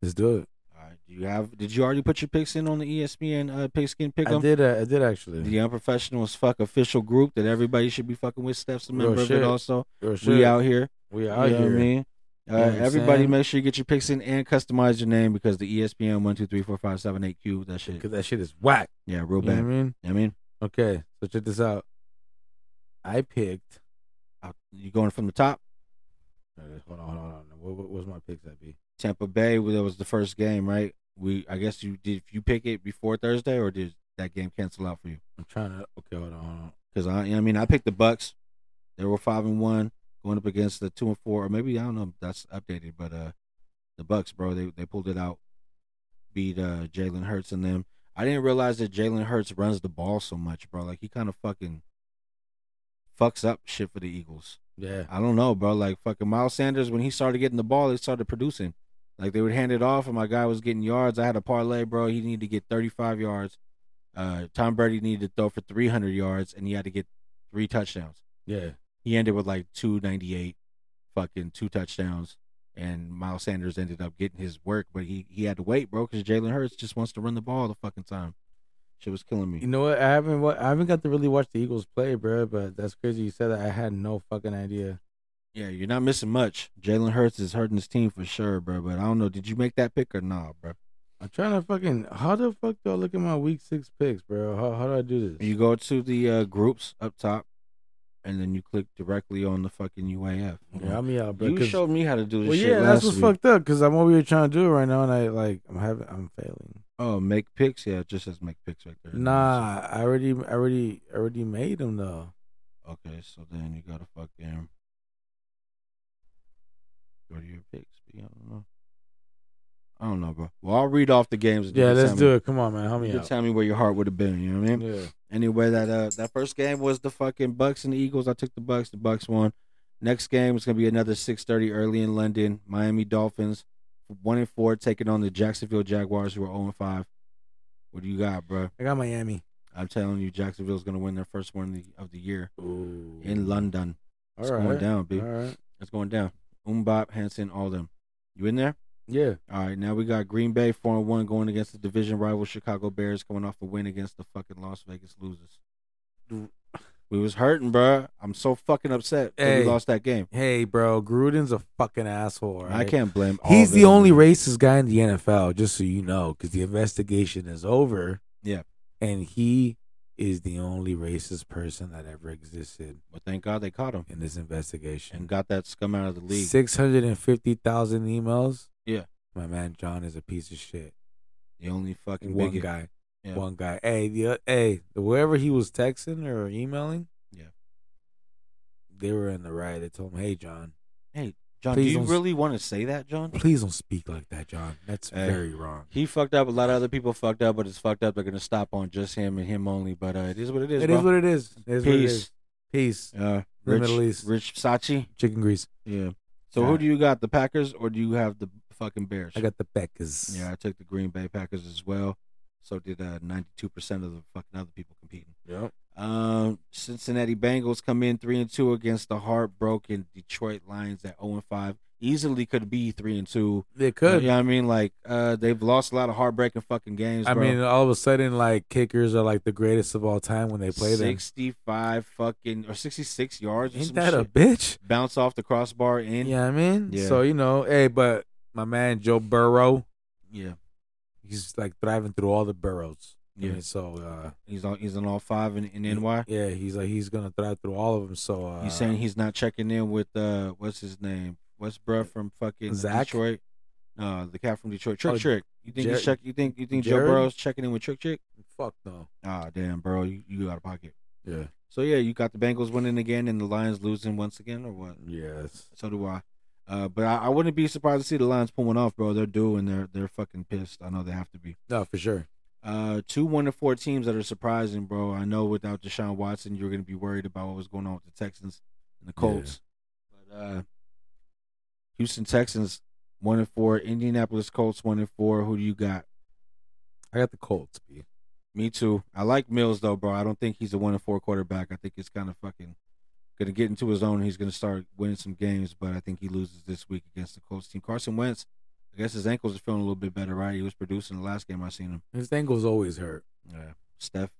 Let's do it. All right. Do you have? Did you already put your picks in on the ESPN uh, pigskin pick I 'em? did. Uh, I did actually. The unprofessional as fuck official group that everybody should be fucking with. Steph's a Real member of it. shit. Also, Yo, we shit. out here. We You out know what I here. mean? Uh, You know what I'm everybody, saying? make sure you get your picks in and customize your name because the E ESPN one two three four five seven eight Q that shit. Cause that shit is whack. Yeah, real You know what I bad. mean? I mean, Okay, so check this out. I picked. I- Uh, you going from the top? Uh, Hold on, hold on, hold on. What, what was my picks that be? Tampa Bay. well, That was the first game, right? We. I guess you did. You pick it before Thursday, or did that game cancel out for you? I'm trying to. Okay, hold on, hold on. Because I, you know what I mean, I picked the Bucks. They were five and one going up against the two and four, or maybe I don't know. if That's updated, but uh, the Bucks, bro, they they pulled it out, beat uh Jalen Hurts and them. I didn't realize that Jalen Hurts runs the ball so much, bro. Like he kind of fucking fucks up shit for the Eagles. Yeah, I don't know, bro. Like fucking Miles Sanders, when he started getting the ball, he started producing. Like they would hand it off, and my guy was getting yards. I had a parlay, bro. He needed to get 35 yards. Uh, Tom Brady needed to throw for 300 yards, and he had to get three touchdowns. yeah. He ended with like 298, fucking two touchdowns, and Miles Sanders ended up getting his work, but he he had to wait, bro, because Jalen Hurts just wants to run the ball all the fucking time. Shit was killing me. You know what? I haven't. wa- I haven't got to really watch the Eagles play, bro. But that's crazy. You said that. I had no fucking idea. Yeah, you're not missing much. Jalen Hurts is hurting his team for sure, bro. But I don't know. Did you make that pick or nah, bro? I'm trying to fucking. How the fuck do I look at my week six picks, bro? How, how do I do this? You go to the uh, groups up top, and then you click directly on the fucking UAF. yeah, help me out, bro. you 'cause- showed me how to do this. well, shit yeah, that's last what's week. fucked up because I'm over here trying to do it right now, and I like I'm having I'm failing. Oh, make picks. Yeah, it just says make picks right there. Nah, I already, I already, I already made them though. Okay, so then you gotta fucking go to your picks. But yeah, I don't know. I don't know, bro. Well, I'll read off the games. and you Yeah, can let's tell do me- it. Come on, man, help You me can out. tell me where your heart would have been. You know what I mean? Yeah, Anyway, that uh, that first game was the fucking Bucks and the Eagles. I took the Bucks. The Bucks won. Next game is gonna be another six thirty early in London. Miami Dolphins, one and four, taking on the Jacksonville Jaguars, who are zero and five. What do you got, bro? I got Miami. I'm telling you, Jacksonville's gonna win their first one of the, of the year Ooh, in London. It's All going right. down, B. All right. It's going down. Umbop, Hanson, all them. You in there? Yeah. All right, now we got Green Bay four and one going against the division rival Chicago Bears, coming off a win against the fucking Las Vegas losers. We was hurting, bruh. I'm so fucking upset that Hey. we lost that game. Hey, bro, Gruden's a fucking asshole. I right? can't blame. all He's of the them. only racist guy in the NFL, just so you know, because the investigation is over. Yeah. And he is the only racist person that ever existed But thank God they caught him in this and investigation. got that scum out of the league. 650,000 emails. Yeah. My man John is a piece of shit. The only fucking One bigot. guy. Yeah. One guy. Hey, the, o- hey, whoever he was texting or emailing. Yeah. They were in the right. They told him, hey, John, Hey, John, Please do you don't s- really want to say that, John? please don't speak like that, John. That's Hey. very wrong. He fucked up. A lot of other people fucked up, but it's fucked up. They're gonna stop on just him and him only. But uh, it is what it is. It bro. is what it is. It is what it Peace. is. Peace. Uh, The Rich, Middle East. Rich Sachi. Chicken grease. Yeah. So Yeah. who do you got? The Packers or do you have the fucking Bears? I got the Beckers. Yeah, I took the Green Bay Packers as well. So did uh, 92% of the fucking other people competing. Yep. Um, Cincinnati Bengals come in three and two against the heartbroken Detroit Lions at zero and five. Easily could be three and two. They Yeah, could. I mean, like uh, they've lost a lot of heartbreaking fucking games. I bro. mean, all of a sudden, like kickers are like the greatest of all time when they play them. sixty-five fucking or sixty-six yards. Or Ain't some that a shit. bitch? bounce off the crossbar in? Yeah, I mean, Yeah. so you know, hey, but my man Joe Burrow, yeah. he's like thriving through all the burrows. Yeah. Yeah. so uh, He's on. He's on all five in, in NY. Yeah, he's like he's gonna thrive through all of them. So uh, He's saying he's not checking in with uh, what's his name? What's bruh from fucking Zach? Detroit? No, the cat from Detroit. Trick Oh, Trick. You think he's Jer- check? You think you think Jared? Joe Burrow's checking in with Trick Trick? fuck no. Ah, damn, bro, you, you out of pocket. Yeah. So yeah, you got the Bengals winning again and the Lions losing once again, or what? Yes. So do I. Uh, but I, I wouldn't be surprised to see the Lions pull one off, bro. They're due and they're they're fucking pissed. I know they have to be. No, for sure. Uh, two one and four teams that are surprising, bro. I know without Deshaun Watson, you're gonna be worried about what was going on with the Texans and the Colts. But uh, Houston Texans one and four, Indianapolis Colts one and four. Who do you got? I got the Colts. B. Me too. I like Mills though, bro. I don't think he's a one and four quarterback. I think he's kind of fucking gonna get into his own. He's gonna start winning some games, but I think he loses this week against the Colts team. Carson Wentz, I guess his ankles are feeling a little bit better, right? He was producing the last game I seen him. His ankle's always hurt. Yeah. Steph.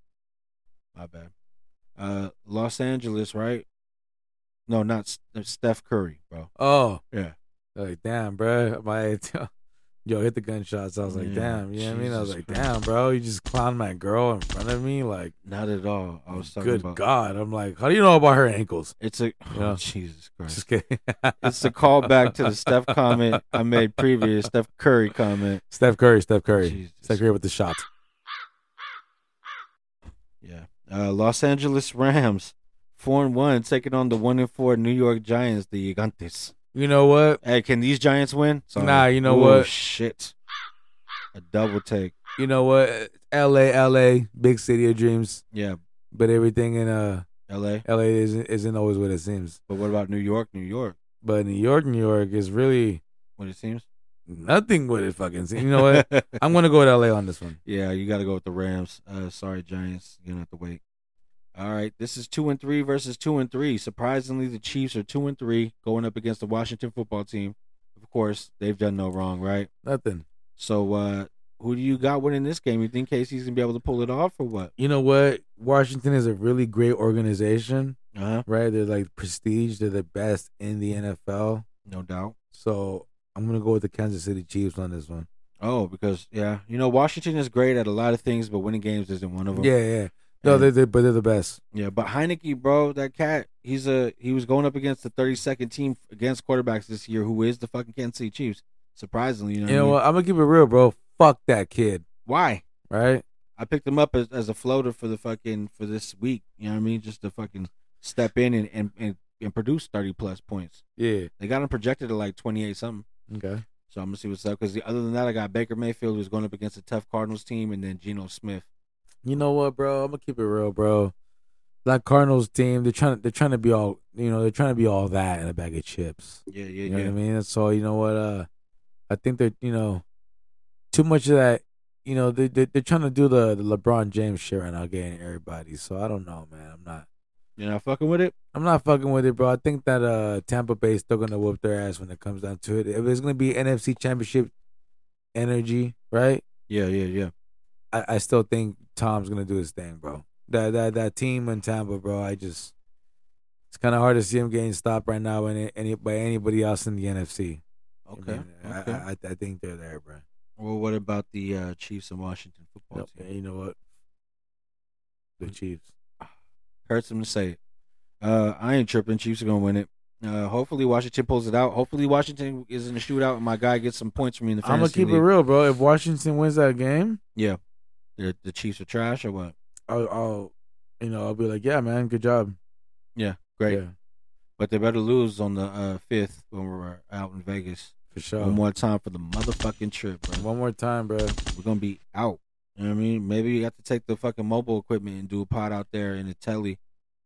My bad. Uh Los Angeles, right? No, not S- uh, Steph Curry, bro. Oh, Yeah. Like, damn, bro. My yo hit the gunshots. I was like, Yeah, damn, you know what I mean? I was Jesus like, Christ. damn, bro, you just clowned my girl in front of me. Like, Not at all. I was talking good about God. I'm like, how do you know about her ankles? it's a oh, Yeah. Jesus Christ. Just kidding. It's a callback to the Steph comment I made previous, Steph Curry comment. Steph Curry, Steph Curry. Jesus. Steph Curry with the shots. Yeah. Uh, Los Angeles Rams, four and one, taking on the one and four New York Giants, the Gigantes. You know what? Hey, can these Giants win? Nah, you know Ooh, what? Shit. A double take. You know what? LA, LA, big city of dreams. Yeah, But everything in uh L.A. LA isn't isn't always what it seems. But what about New York? New York. But New York, New York is really What it seems. nothing what it fucking seems. You know what? I'm gonna go with LA on this one. yeah, you got to go with the Rams. Uh, sorry, Giants. You're gonna have to wait. All right, this is two and three versus two and three. Surprisingly, the Chiefs are two and three going up against the Washington football team. Of course, they've done no wrong, right? Nothing. So uh Who do you got winning this game? You think Casey's gonna be able to pull it off or what? You know what? Washington is a really great organization, Uh-huh. right? They're like prestige. They're the best in the NFL. No doubt. So I'm gonna go with the Kansas City Chiefs on this one. Oh, because yeah, you know Washington is great at a lot of things, but winning games isn't one of them. Yeah, yeah. No, And- they they but they're the best. yeah. But Heineke, bro, that cat, he's a he was going up against the 32nd team against quarterbacks this year, who is the fucking Kansas City Chiefs. Surprisingly, you know. You what I know mean? what? I'm gonna keep it real, bro. Fuck that kid, Why? right? I picked him up as, as a floater for the fucking for this week. You know what I mean? Just to fucking step in and and and, and produce 30 plus points. Yeah. They got him projected at like 28 something. Okay. So I'm gonna see what's up. Because other than that, I got Baker Mayfield who's going up against a tough Cardinals team, and then Geno Smith. You know what, bro? I'm gonna keep it real, bro. That Cardinals team, they're trying they're trying to be all you know, they're trying to be all that in a bag of chips. Yeah, You yeah, know yeah. what I mean? And so you know what, uh I think they're you know too much of that you know, they they they're trying to do the, the LeBron James shit right now, getting everybody. So I don't know, man. I'm not You're not fucking with it. I'm not fucking with it, bro. I think that uh Tampa Bay's still gonna whoop their ass when it comes down to it. If it's gonna be NFC championship energy, right? Yeah, yeah, yeah. I, I still think Tom's gonna do his thing, bro. That that that team in Tampa, bro. I just it's kind of hard to see him getting stopped right now, and any by anybody else in the NFC. Okay. I, mean, I- okay. I, I, I think they're there, bro. well, what about the uh, Chiefs and Washington football Nope. team? You know what? The Chiefs. Hurts them to say it. Uh, I ain't tripping. Chiefs are gonna win it. Uh, hopefully Washington pulls it out. Hopefully Washington is in a shootout, and my guy gets some points for me in the I'm fantasy gonna keep league. it real, bro. If Washington wins that game, Yeah, the, the Chiefs are trash or what? I'll, I'll you know I'll be like, yeah, man, good job. Yeah, great. Yeah, But they better lose on the uh, fifth when we're out in Vegas. for sure. One more time for the motherfucking trip, bro. One more time, bro. we're gonna be out. You know what I mean? Maybe you got to take the fucking mobile equipment and do a pod out there in the telly.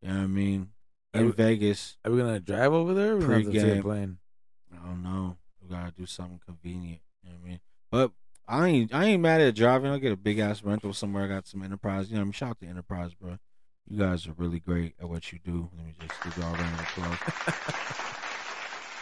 You know what I mean? In Every- Vegas. Are we gonna drive over there? Or we gonna have to take a Pre-game. plane. I don't know. We gotta do something convenient. You know what I mean? But I ain't I ain't mad at driving. I'll get a big ass rental somewhere. I got some enterprise. You know what I mean? Shout out to Enterprise, bro. You guys are really great at what you do. Let me just give y'all a round of applause.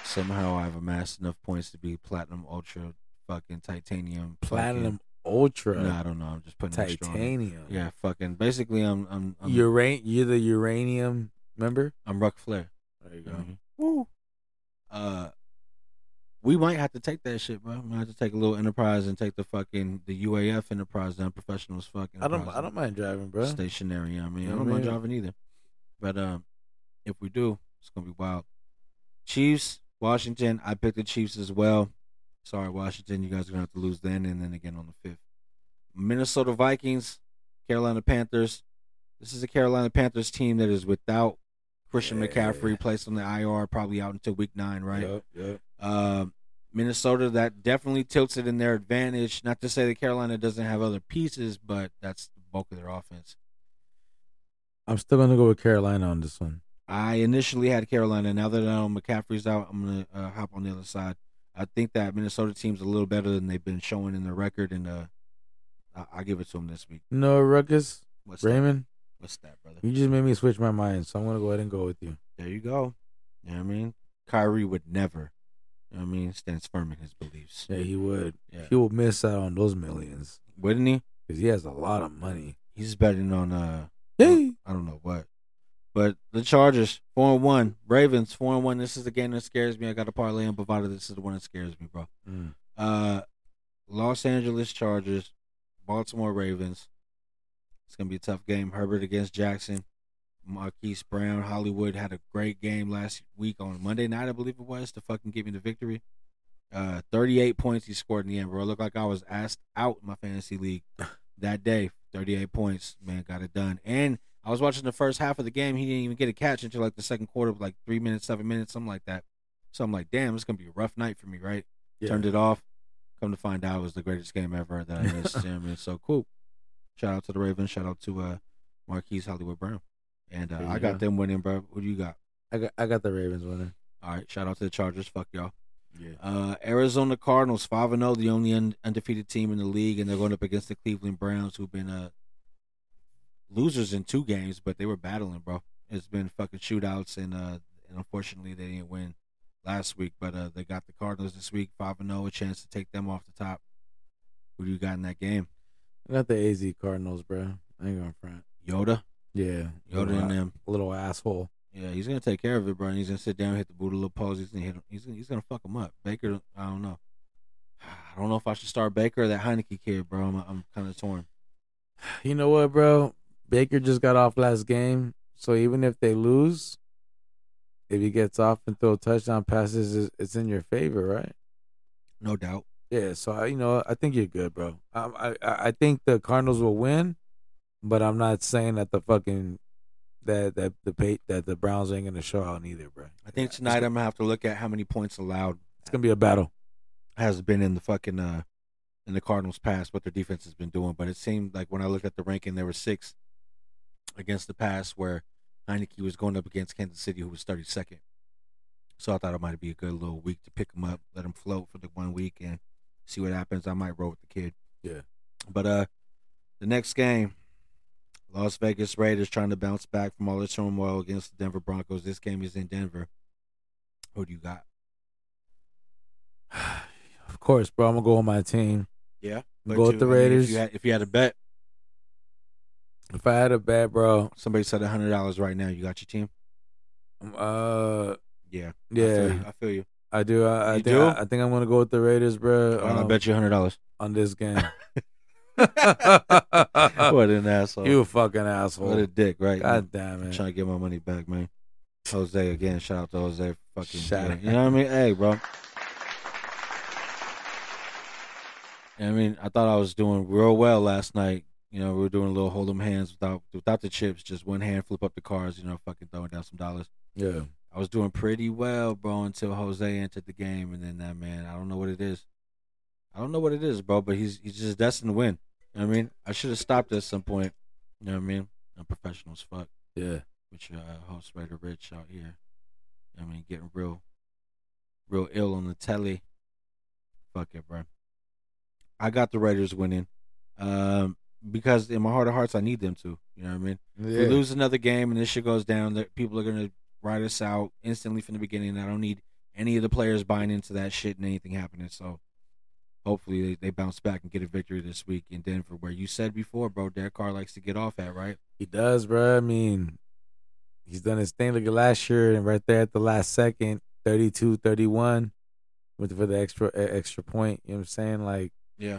Somehow I've amassed enough points to be platinum ultra fucking titanium. fucking- Platinum Ultra. No, I don't know. I'm just putting extra on it. titanium. Yeah, fucking. Basically, I'm I'm I'm, Uran- you're the uranium member. Mm-hmm. I'm Ruck Flair. There you You know what I mean? Woo. Uh, we might have to take that shit, bro. I'm gonna have to take a little enterprise and take the fucking the UAF enterprise down. Professionals fucking. I don't. I don't mind driving, bro. Stationary. You know what I mean, Yeah, I don't mind man. driving either. But um, if we do, it's gonna be wild. Chiefs, Washington. I picked the Chiefs as well. Sorry, Washington. You guys are gonna have to lose then, and then again on the fifth. Minnesota Vikings, Carolina Panthers. This is a Carolina Panthers team that is without Christian Yeah. McCaffrey, placed on the IR, probably out until Week Nine, right? Yup, yup. Um, Minnesota that definitely tilts it in their advantage. Not to say that Carolina doesn't have other pieces, but that's the bulk of their offense. I'm still gonna go with Carolina on this one. I initially had Carolina. Now that I know McCaffrey's out, I'm gonna uh, hop on the other side. I think that Minnesota team's a little better than they've been showing in the record, and uh, I- I'll give it to them this week. No ruckus, What's Raymond. That? What's that, brother? You just made me switch my mind, so I'm gonna go ahead and go with you. There you go. You know what I mean? Kyrie would never. You know what I mean? Stands firm in his beliefs. Yeah, he would. Yeah. He will miss out on those millions Wouldn't he? because he has a lot of money. He's betting on uh Hey, I don't know what. But the Chargers, four and one. Ravens, four and one. This is the game that scares me. I got a parlay on Bovada. This is the one that scares me, bro. Mm. Uh Los Angeles Chargers, Baltimore Ravens. It's gonna be a tough game. Herbert against Jackson. Marquise Brown, Hollywood had a great game last week on Monday night, I believe it was, to fucking give me the victory. Uh, 38 points he scored in the end, bro. It looked like I was asked out in my fantasy league that day. 38 points, man, got it done. And I was watching the first half of the game. He didn't even get a catch until like the second quarter, like three minutes, seven minutes, something like that. So I'm like, damn, it's gonna be a rough night for me, right? Yeah. Turned it off. Come to find out, it was the greatest game ever that I missed. you know what I mean? So cool. Shout out to the Ravens. Shout out to uh, Marquise Hollywood Brown. And uh, There I you got go. them winning, bro. What do you got? I got I got the Ravens winning. All right. Shout out to the Chargers. Fuck y'all. Yeah. Uh, Arizona Cardinals, five and zero, the only un- undefeated team in the league, and they're going up against the Cleveland Browns, who've been uh, losers in two games, but they were battling, bro. It's been fucking shootouts, and uh, and unfortunately they didn't win oh, last week, but uh, they got the Cardinals this week, five and zero, a chance to take them off the top. Who do you got in that game? Not the AZ Cardinals, bro. I ain't gonna front. Yoda. Yeah, Yoda and little, them. little asshole. Yeah, he's gonna take care of it, bro. He's gonna sit down, hit the boot a little pose. He's gonna hit him. He's gonna, he's gonna fuck him up. Baker, I don't know. I don't know if I should start Baker or that Heineke kid, bro. I'm, I'm kind of torn. You know what, bro? Baker just got off last game, so even if they lose, if he gets off and throw touchdown passes, it's- it's in your favor, right? No doubt. Yeah, so I, you know, I think you're good, bro. Um, I, I I think the Cardinals will win, but I'm not saying that the fucking that that the pa- that the Browns ain't gonna show out neither, bro. I think Yeah, tonight it's, I'm gonna have to look at how many points allowed it's gonna be a battle. has been in the fucking uh in the Cardinals pass, what their defense has been doing. But it seemed like when I looked at the ranking, they were sixth against the pass, where Heineke was going up against Kansas City, who was 32nd. So I thought it might be a good little week to pick him up, let him float for the one week, and see what happens. I might roll with the kid. Yeah. But uh, the next game, Las Vegas Raiders trying to bounce back from all the turmoil against the Denver Broncos. This game is in Denver. Who do you got? Of course, bro. I'm gonna go with my team. Yeah, Go with the Raiders. if, you had, if you had a bet, If I had a bet, bro, Somebody said hundred dollars right now. You got your team? um, uh, Yeah. I feel you. yeah, I, feel you. I do. I, I You think do? I, I think I'm gonna go with the Raiders, bro. Alright, I um, bet you hundred dollars. on this game. what an asshole! uh, you a fucking what a asshole. dick, right? God damn I'm it. trying to get my money back, man. Jose again. Shout out to Jose. For fucking. Shout out. you know what I mean? Hey, bro. I mean, I thought I was doing real well last night. You know, we were doing a little hold 'em hands without without the chips, just one hand flip up the cards. You know, fucking throwing down some dollars. Yeah. I was doing pretty well, bro, until Jose entered the game, and then that man, I don't know what it is. I don't know what it is, bro, but he's he's just destined to win. You know what I mean? I should have stopped at some point. You know what I mean? I'm professional as fuck Yeah. with your uh, host Raider Rich out here. I mean, getting real, real ill on the telly. Fuck it, bro. I got the Raiders winning, um, because in my heart of hearts, I need them to. You know what I mean? Yeah. If we lose another game and this shit goes down, that people are gonna write us out instantly from the beginning. I don't need any of the players buying into that shit and anything happening. So hopefully they, they bounce back and get a victory this week in Denver, where you said before, bro, Derek Carr likes to get off at, right? He does, bro. I mean, he's done his thing like last year, and right there at the last second, 32 31 with for the extra e- extra point. You know what I'm saying? Like, Yeah.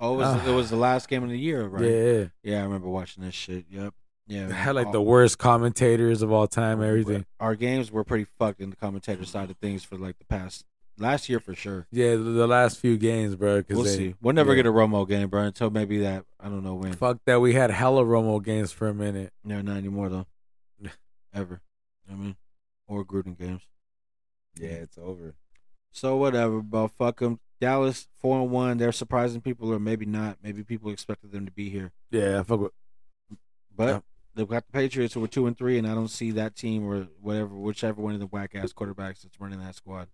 Oh, it was, Ah. it was the last game of the year, right? Yeah, yeah, I remember watching this shit. Yep. Yeah. yeah. Had like the All- worst commentators of all time, everything. Our games were pretty fucked in the commentator side of things for like the past last year for sure. Yeah, the, the last few games, bro. Because We'll they, see. We'll never yeah. get a Romo game, bro, until maybe that I don't know when. Fuck that. We had hella Romo games for a minute. No, not anymore though. Ever. I mean, or Gruden games. Yeah, it's over. So whatever, bro. Fuck them. Dallas four and one. They're surprising people, or maybe not. Maybe people expected them to be here, Yeah, I fuck with. but Yeah. they've got the Patriots who are two and three, and I don't see that team or whatever, whichever one of the whack ass quarterbacks that's running that squad.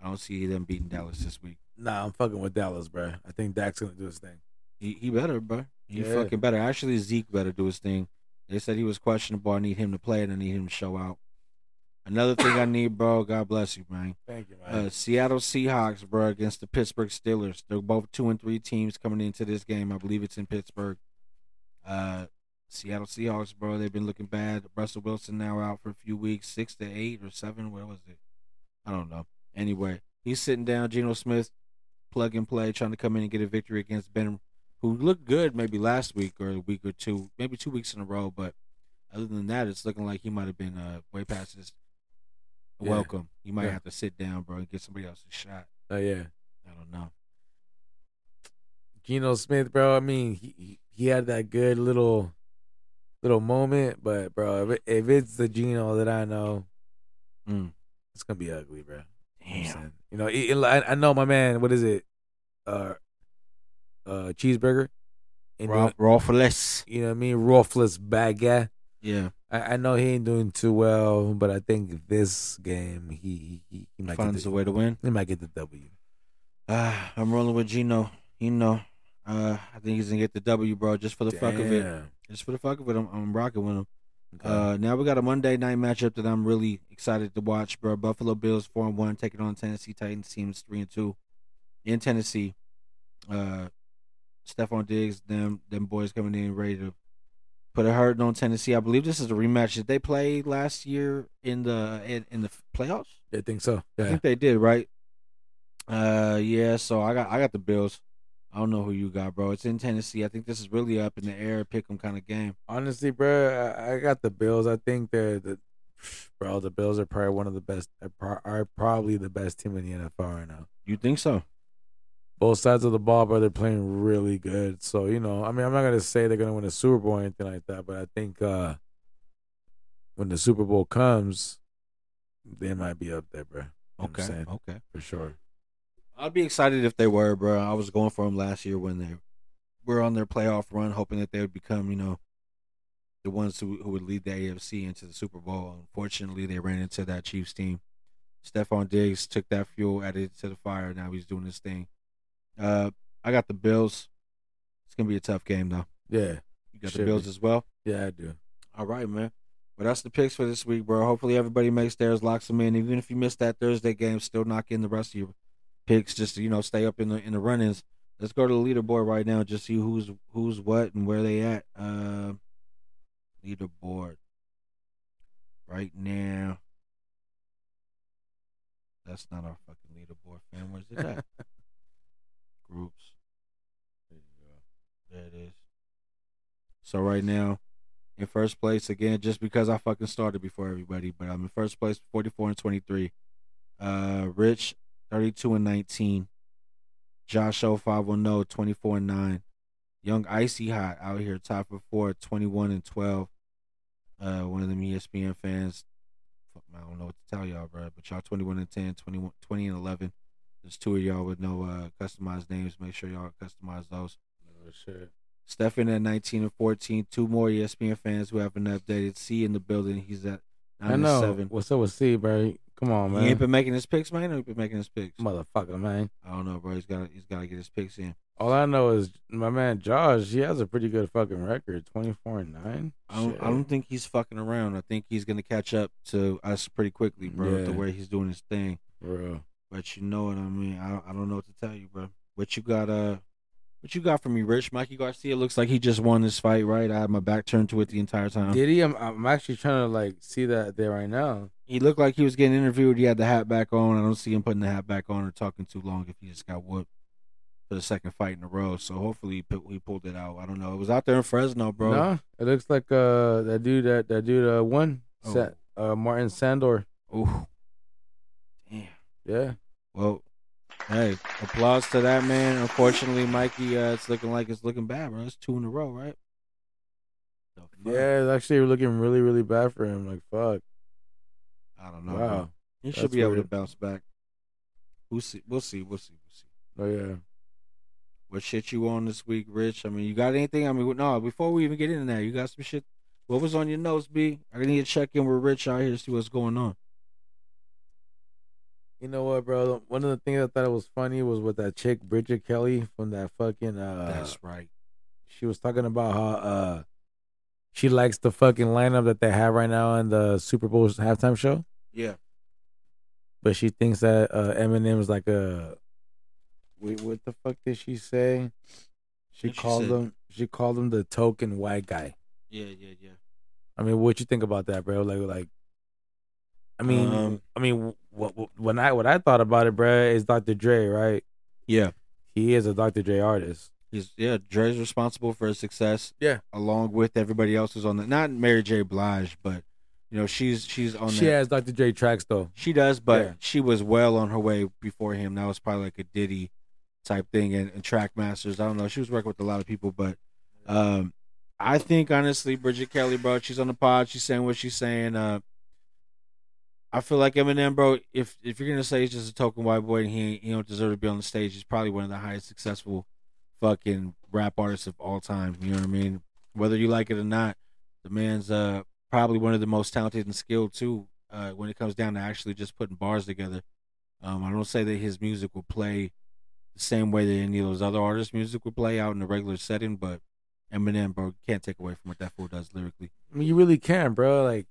I don't see them beating Dallas this week. Nah, I'm fucking with Dallas, bro. I think Dak's gonna do his thing. He, he better, bro. He Yeah. fucking better. Actually, Zeke better do his thing. They said he was questionable. I need him to play, and I need him to show out. Another thing I need, bro. God bless you, man. Thank you, man. Uh, Seattle Seahawks, bro, against the Pittsburgh Steelers. They're both two and three teams coming into this game. I believe it's in Pittsburgh. Uh, Seattle Seahawks, bro, they've been looking bad. Russell Wilson now out for a few weeks, six to eight or seven. What was it? I don't know. Anyway, he's sitting down. Geno Smith, plug and play, trying to come in and get a victory against Ben, who looked good maybe last week or a week or two, maybe two weeks in a row. But other than that, it's looking like he might have been uh, way past his Yeah. welcome. You might Yeah. have to sit down, bro, and get somebody else's shot. oh yeah. I don't know. Geno Smith, bro. I mean, he he- he had that good little little moment, but bro, if, it, if it's the Geno that I know, Mm. it's gonna be ugly, bro. You know what I'm saying? You know, it, it- I, I know my man. What is it? Uh, uh, cheeseburger. And raw, raw for less. you know what I mean? Ruthless bad guy. Yeah, I, I know he ain't doing too well, but I think this game he he, he, he might get finds a the, way to win. he might get the W. Uh, I'm rolling with Gino. You know, uh, I think he's gonna get the W, bro, just for the fuck of it. Damn. Just for the fuck of it, I'm, I'm rocking with him. Okay. Uh, now we got a Monday night matchup that I'm really excited to watch, bro. Buffalo Bills four and one taking on Tennessee Titans teams three and two in Tennessee. Uh, Stephon Diggs, them them boys coming in ready to put a hurting on Tennessee. I believe this is a rematch that they played last year in the in, in the playoffs. I think so. I Yeah. think they did, right? Uh, yeah. So I got I got the Bills. I don't know who you got, bro. It's in Tennessee. I think this is really up in the air, pick 'em kind of game. Honestly, bro, I, I got the Bills. I think they're the bro. The Bills are probably one of the best. Are, pro- are probably the best team in the NFL right now. You think so? Both sides of the ball, bro. They're playing really good. So you know, I mean, I'm not gonna say they're gonna win a Super Bowl or anything like that, but I think uh when the Super Bowl comes, they might be up there, bro. You know what I'm Okay. saying? Okay. for sure. I'd be excited if they were, bro. I was going for them last year when they were on their playoff run, hoping that they would become, you know, the ones who, who would lead the AFC into the Super Bowl. Unfortunately, they ran into that Chiefs team. Stephon Diggs took that fuel, added it to the fire. Now he's doing his thing. Uh, I got the Bills. It's gonna be a tough game, though. Yeah, You got Should the Bills be. as well. yeah, I do. All right, man. But that's the picks for this week, bro. Hopefully everybody makes theirs, locks them in. Even if you missed that Thursday game, still knock in the rest of your picks. Just to, you know, stay up in the in the run-ins. Let's go to the leaderboard right now. Just see who's who's what and where they at. Uh, leaderboard right now. That's not our fucking leaderboard, fam. Where's it at? Groups. There you go. There it is. So right now, in first place again, just because I fucking started before everybody, but I'm in first place, 44 and 23. Uh, Rich, 32 and 19. Josh O 510, 24 and 9. Young Icy Hot out here, top of four, 21 and 12. Uh, one of them ESPN fans. Fuck, I don't know what to tell y'all, bro, but y'all 21 and 10, 21, 20 and 11. There's two of y'all with no uh, customized names. Make sure y'all customize those. Oh shit. Stefan at 19 and 14. Two more E ESPN fans who haven't updated. C in the building. He's at 9 I know. and 7. What's up with C, bro? Come on, He man. ain't been making his picks, man. Or he been making his picks. Motherfucker, man. I don't know, bro. He's got he's got to get his picks in. All I know is my man Josh. He has a pretty good fucking record, twenty four and nine. I don't, I don't think he's fucking around. I think he's gonna catch up to us pretty quickly, bro. Yeah. The way he's doing his thing. Bro, But you know what I mean. I don't, I don't know what to tell you, bro. What you got? Uh, what you got from me, Rich? Mikey Garcia looks like he just won this fight, right? I had my back turned to it the entire time. did he? I'm, I'm actually trying to like see that there right now. He looked like he was getting interviewed. He had the hat back on. I don't see him putting the hat back on or talking too long if he just got whooped for the second fight in a row. So hopefully he, pu- he pulled it out. I don't know. It was out there in Fresno, bro. Nah, it looks like uh that dude that that dude uh won Oh. Sa- uh Martin Sandor. Ooh. Damn. Yeah, Well, hey, applause to that man. Unfortunately, Mikey, uh, it's looking like it's looking bad, bro. It's two in a row, right? The fuck? yeah, it's actually looking really really bad for him. Like fuck, I don't know. bro. wow. He should That's be able to weird. bounce back. We'll see. We'll see. We'll see. We'll see. Oh yeah, what shit you on this week, Rich? I mean, you got anything? I mean, no. Before we even get into that, you got some shit. What was on your notes, B? I need to check in with Rich out here to see what's going on. you know what, bro? One of the things I thought it was funny was with that chick Bridget Kelly from that fucking uh That's right. she was talking about how uh she likes the fucking lineup that they have right now in the Super Bowl's halftime show, Yeah. but she thinks that uh Eminem is like a wait, what the fuck did she say? She What'd she called say? him she called him the token white guy. Yeah. Yeah. Yeah. I mean, what you think about that, bro? Like like I mean, Um, I mean, what, what when I what I thought about it, bro, is Dr. Dre, right? Yeah. He is a Dr. Dre artist. He's yeah. Dre's responsible for his success. Yeah. Along with everybody else who's on the not Mary J. Blige, but you know she's she's on. She that- has Dr. Dre tracks though. She does, but Yeah. she was well on her way before him. That was probably like a Diddy type thing and, and track masters. I don't know. She was working with a lot of people, but um, I think honestly, Bridget Kelly, bro, she's on the pod. She's saying what she's saying. Uh, I feel like Eminem, bro. If if you're gonna say he's just a token white boy and he ain't- he don't deserve to be on the stage, he's probably one of the highest successful fucking rap artists of all time. You know what I mean? Whether you like it or not, the man's uh probably one of the most talented and skilled too. Uh, when it comes down to actually just putting bars together, um, I don't say that his music will play the same way that any of those other artists' music will play out in a regular setting, but Eminem, bro, can't take away from what that fool does lyrically, I mean, you really can, bro. Like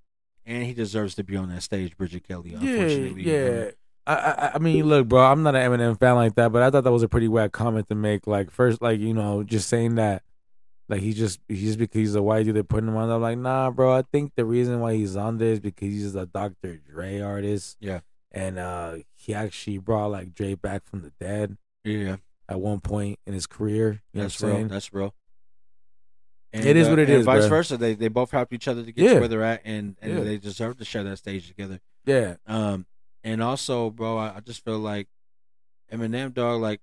and he deserves to be on that stage. Bridget Kelly, Yeah, unfortunately, yeah. I, I, I mean, look, bro, I'm not an Eminem fan like that, but I thought that was a pretty whack comment to make. Like, first, like you know, just saying that, like he just he's just because he's a white dude, they're putting him on. I'm like, nah, bro. I think the reason why he's on this because he's a Dr. Dre artist. Yeah. and uh, he actually brought like Dre back from the dead Yeah, at one point in his career. You that's know what I'm real. saying? That's real. It is what it it is. is, Vice bruh. versa, they they both helped each other to get Yeah. to where they're at, and, and Yeah. they deserve to share that stage together. Yeah, Um, and also, bro, I, I just feel like Eminem, dog, like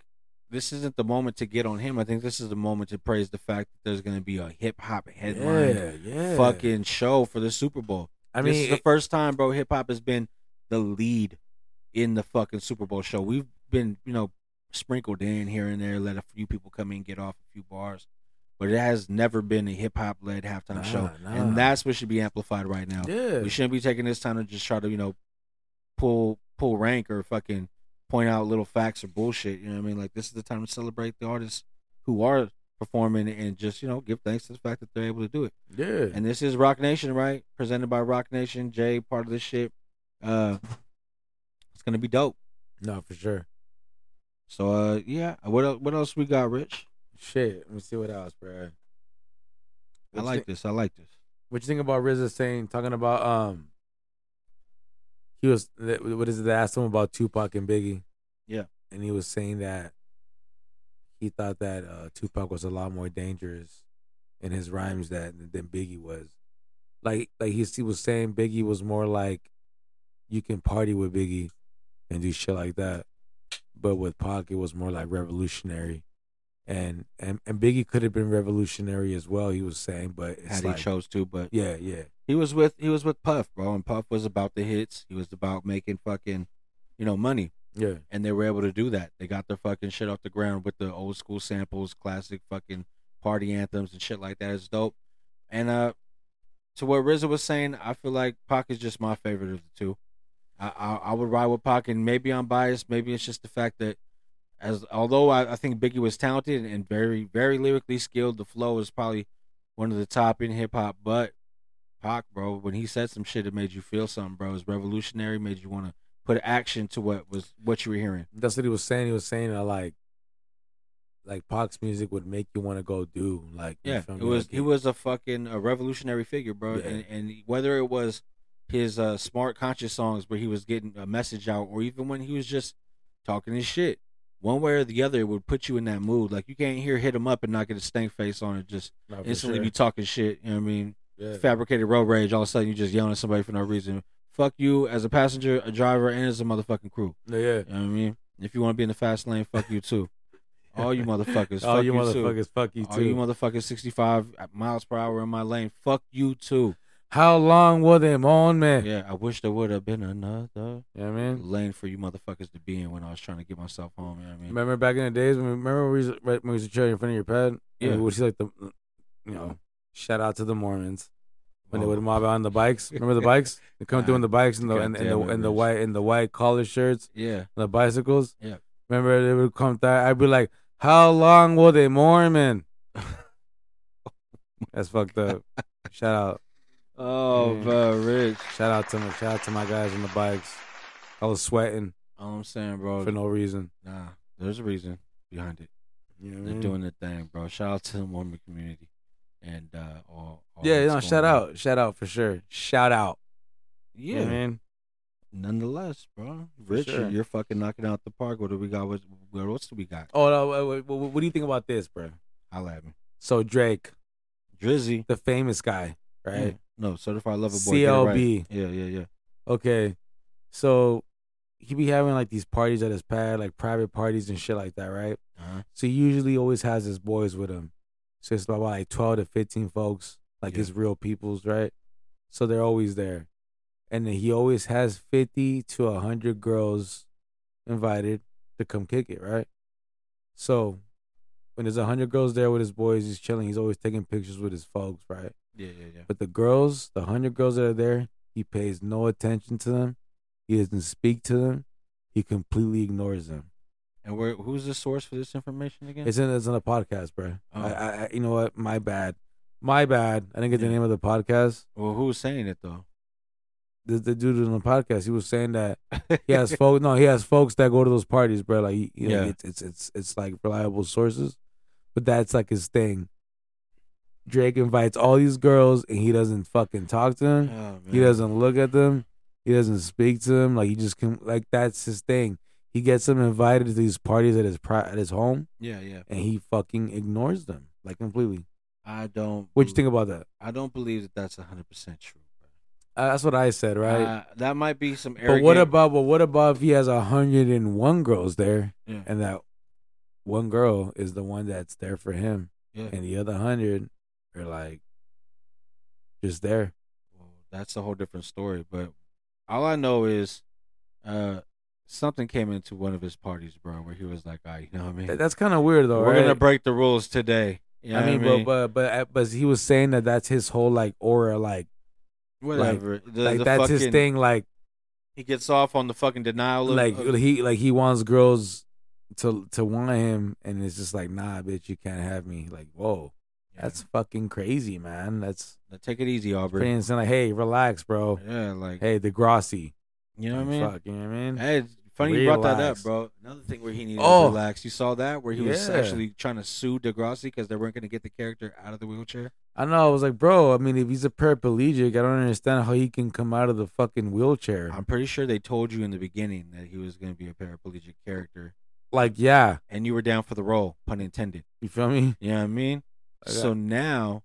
this isn't the moment to get on him. I think this is the moment to praise the fact that there's gonna be a hip hop headline yeah, yeah. fucking show for the Super Bowl. I this is mean, the first time, bro, hip hop has been the lead in the fucking Super Bowl show. We've been, you know, sprinkled in here and there, let a few people come in, get off a few bars. But it has never been a hip hop led halftime Nah, show. nah. And that's what should be amplified right now. yeah, We shouldn't be taking this time to just try to, you know, pull pull rank or fucking point out little facts or bullshit. You know what I mean? Like this is the time to celebrate the artists who are performing and just, you know, give thanks to the fact that they're able to do it. yeah. And this is Rock Nation, right? Presented by Rock Nation. Jay, part of this shit. Uh, it's gonna be dope. No, for sure. So, uh, yeah. What else? What else we got, Rich? Shit, let me see what else, bro. I like this. I like this. What you think about RZA saying talking about um he was th- what is it they asked him about Tupac and Biggie? Yeah. And he was saying that he thought that uh Tupac was a lot more dangerous in his rhymes that than Biggie was. Like like he, he was saying Biggie was more like you can party with Biggie and do shit like that. But with Pac it was more like revolutionary. And and, and Biggie could have been revolutionary as well, he was saying, but it's Had like, he chose to, but yeah, yeah, he was with he was with Puff, bro, and Puff was about the hits. He was about making fucking, you know, money, yeah, and they were able to do that. They got their fucking shit off the ground with the old school samples, classic fucking party anthems and shit like that. It's dope. And uh, to what RZA was saying, I feel like Pac is just my favorite of the two. I I, I would ride with Pac, and maybe I'm biased. Maybe it's just the fact that as although I, I think Biggie was talented and very very lyrically skilled, the flow is probably one of the top in hip hop. But Pac, bro, when he said some shit, it made you feel something, bro. It was revolutionary, made you want to put action to what was what you were hearing. that's what he was saying. He was saying that like, like Pac's music would make you want to go do like. you Yeah, feel it me? was Like, he was a fucking a revolutionary figure, bro. Yeah. And, and whether it was his uh, smart conscious songs where he was getting a message out, or even when he was just talking his shit, one way or the other, it would put you in that mood. Like you can't hear "Hit 'Em Up" and not get a stank face on it. Just Nah, Oh, for instantly sure. be talking shit. You know what I mean? yeah. Fabricated road rage. All of a sudden, you just yelling at somebody for no reason. Fuck you as a passenger, a driver, and as a motherfucking crew. No, yeah. You know what I mean? If you want to be in the fast lane, fuck you too. All you motherfuckers. Oh, fuck you you Too. motherfuckers! Fuck you All too. you motherfuckers 65 miles per hour in my lane. Fuck you too. How long were them on, man? Yeah, I wish there would have been another You know what I mean. lane for you motherfuckers to be in when I was trying to get myself home. You know what I mean? Remember back in the days when we, remember we was, when we used to chill in front of your pad. Yeah. we was like the, you know, shout out to the Mormons when Oh. they would mob out on the bikes. Remember the bikes? They come through on the bikes and the and, and the Goddamn it, and the Rich. white and the white collar shirts. Yeah. the bicycles. Yeah. Remember they would come through. I'd be like, "How long will they Mormon?" That's fucked up. Shout out, Oh, Yeah. bro, Rich. shout out to my, shout out to my guys on the bikes. I was sweating All I'm saying, bro. for no reason. Nah, there's a reason behind it. You know what I They're mean? doing their thing, bro. Shout out to the Mormon community. And uh, all, all yeah, that's no, going shout on. out, shout out for sure, shout out. You know Yeah. what I mean, Nonetheless, bro. Rich, sure. you're fucking knocking out the park. What do we got? What, what else do we got? oh no, wait, wait, what, what do you think about this, bro? Holla at me. So Drake, Drizzy. the famous guy, right? Mm. No, certified lover boy. get it right. CLB. Yeah, yeah, yeah. okay, so he be having like these parties at his pad, like private parties and shit like that, right? Uh-huh. So he usually always has his boys with him. So it's about like twelve to fifteen folks, like Yeah. his real peoples, right? So they're always there, and then he always has fifty to hundred girls invited to come kick it, right? So when there's hundred girls there with his boys, he's chilling. He's always taking pictures with his folks, right? Yeah, yeah, yeah. But the girls, the hundred girls that are there, he pays no attention to them. He doesn't speak to them. He completely ignores them. And where? Who's the source for this information again? It's in it's in a podcast, bro. Oh. I, I, I- you know what? My bad, my bad. I didn't get the Yeah. name of the podcast. well, who's saying it though? the, the dude on the podcast, he was saying that he has folks. No, he has folks that go to those parties, bro. Like, he, yeah, Yeah. it's, it's it's it's like reliable sources, but that's like his thing. Drake invites all these girls, and he doesn't fucking talk to them. Oh, He doesn't look at them. He doesn't speak to them. Like he just can. Like that's his thing. He gets them invited to these parties at his pri- at his home, Yeah, yeah. and he fucking ignores them like completely. I don't. What you believe- think about that? I don't believe that that's hundred percent true. Uh, that's what I said, bro. right? Uh, that might be some but arrogant. what about? But what about if he has hundred and one girls there, Yeah. and that one girl is the one that's there for him, Yeah. and the other hundred are like just there. Well, that's a whole different story. But all I know is, uh, something came into one of his parties, bro, where he was like, "I, you know what I mean? That- that's kind of weird, though, We're right? gonna break the rules today." You know I mean, what I mean? but but but but he was saying that that's his whole like aura, like whatever. the, like the that's fucking, his thing, like He gets off on the fucking denial. Of, like of- he like he wants girls to to want him, and it's just like nah, bitch, you can't have me. Like whoa, Yeah. that's fucking crazy, man. That's Now take it easy, pretty Aubrey. insane. Like hey, relax, bro. Yeah, like Hey, the Grossi. you know what I Like, mean. Fuck, you know what I mean? Hey, it's funny you brought that Relax. up, bro. Another thing where he needed Oh. to relax. You saw that where he was Yeah. actually trying to sue Degrassi because they weren't going to get the character out of the wheelchair. I know. I was like, bro. I mean, if he's a paraplegic, I don't understand how he can come out of the fucking wheelchair. I'm pretty sure they told you in the beginning that he was going to be a paraplegic character, like, yeah, and you were down for the role, pun intended. you feel me? You know what I mean? I So now,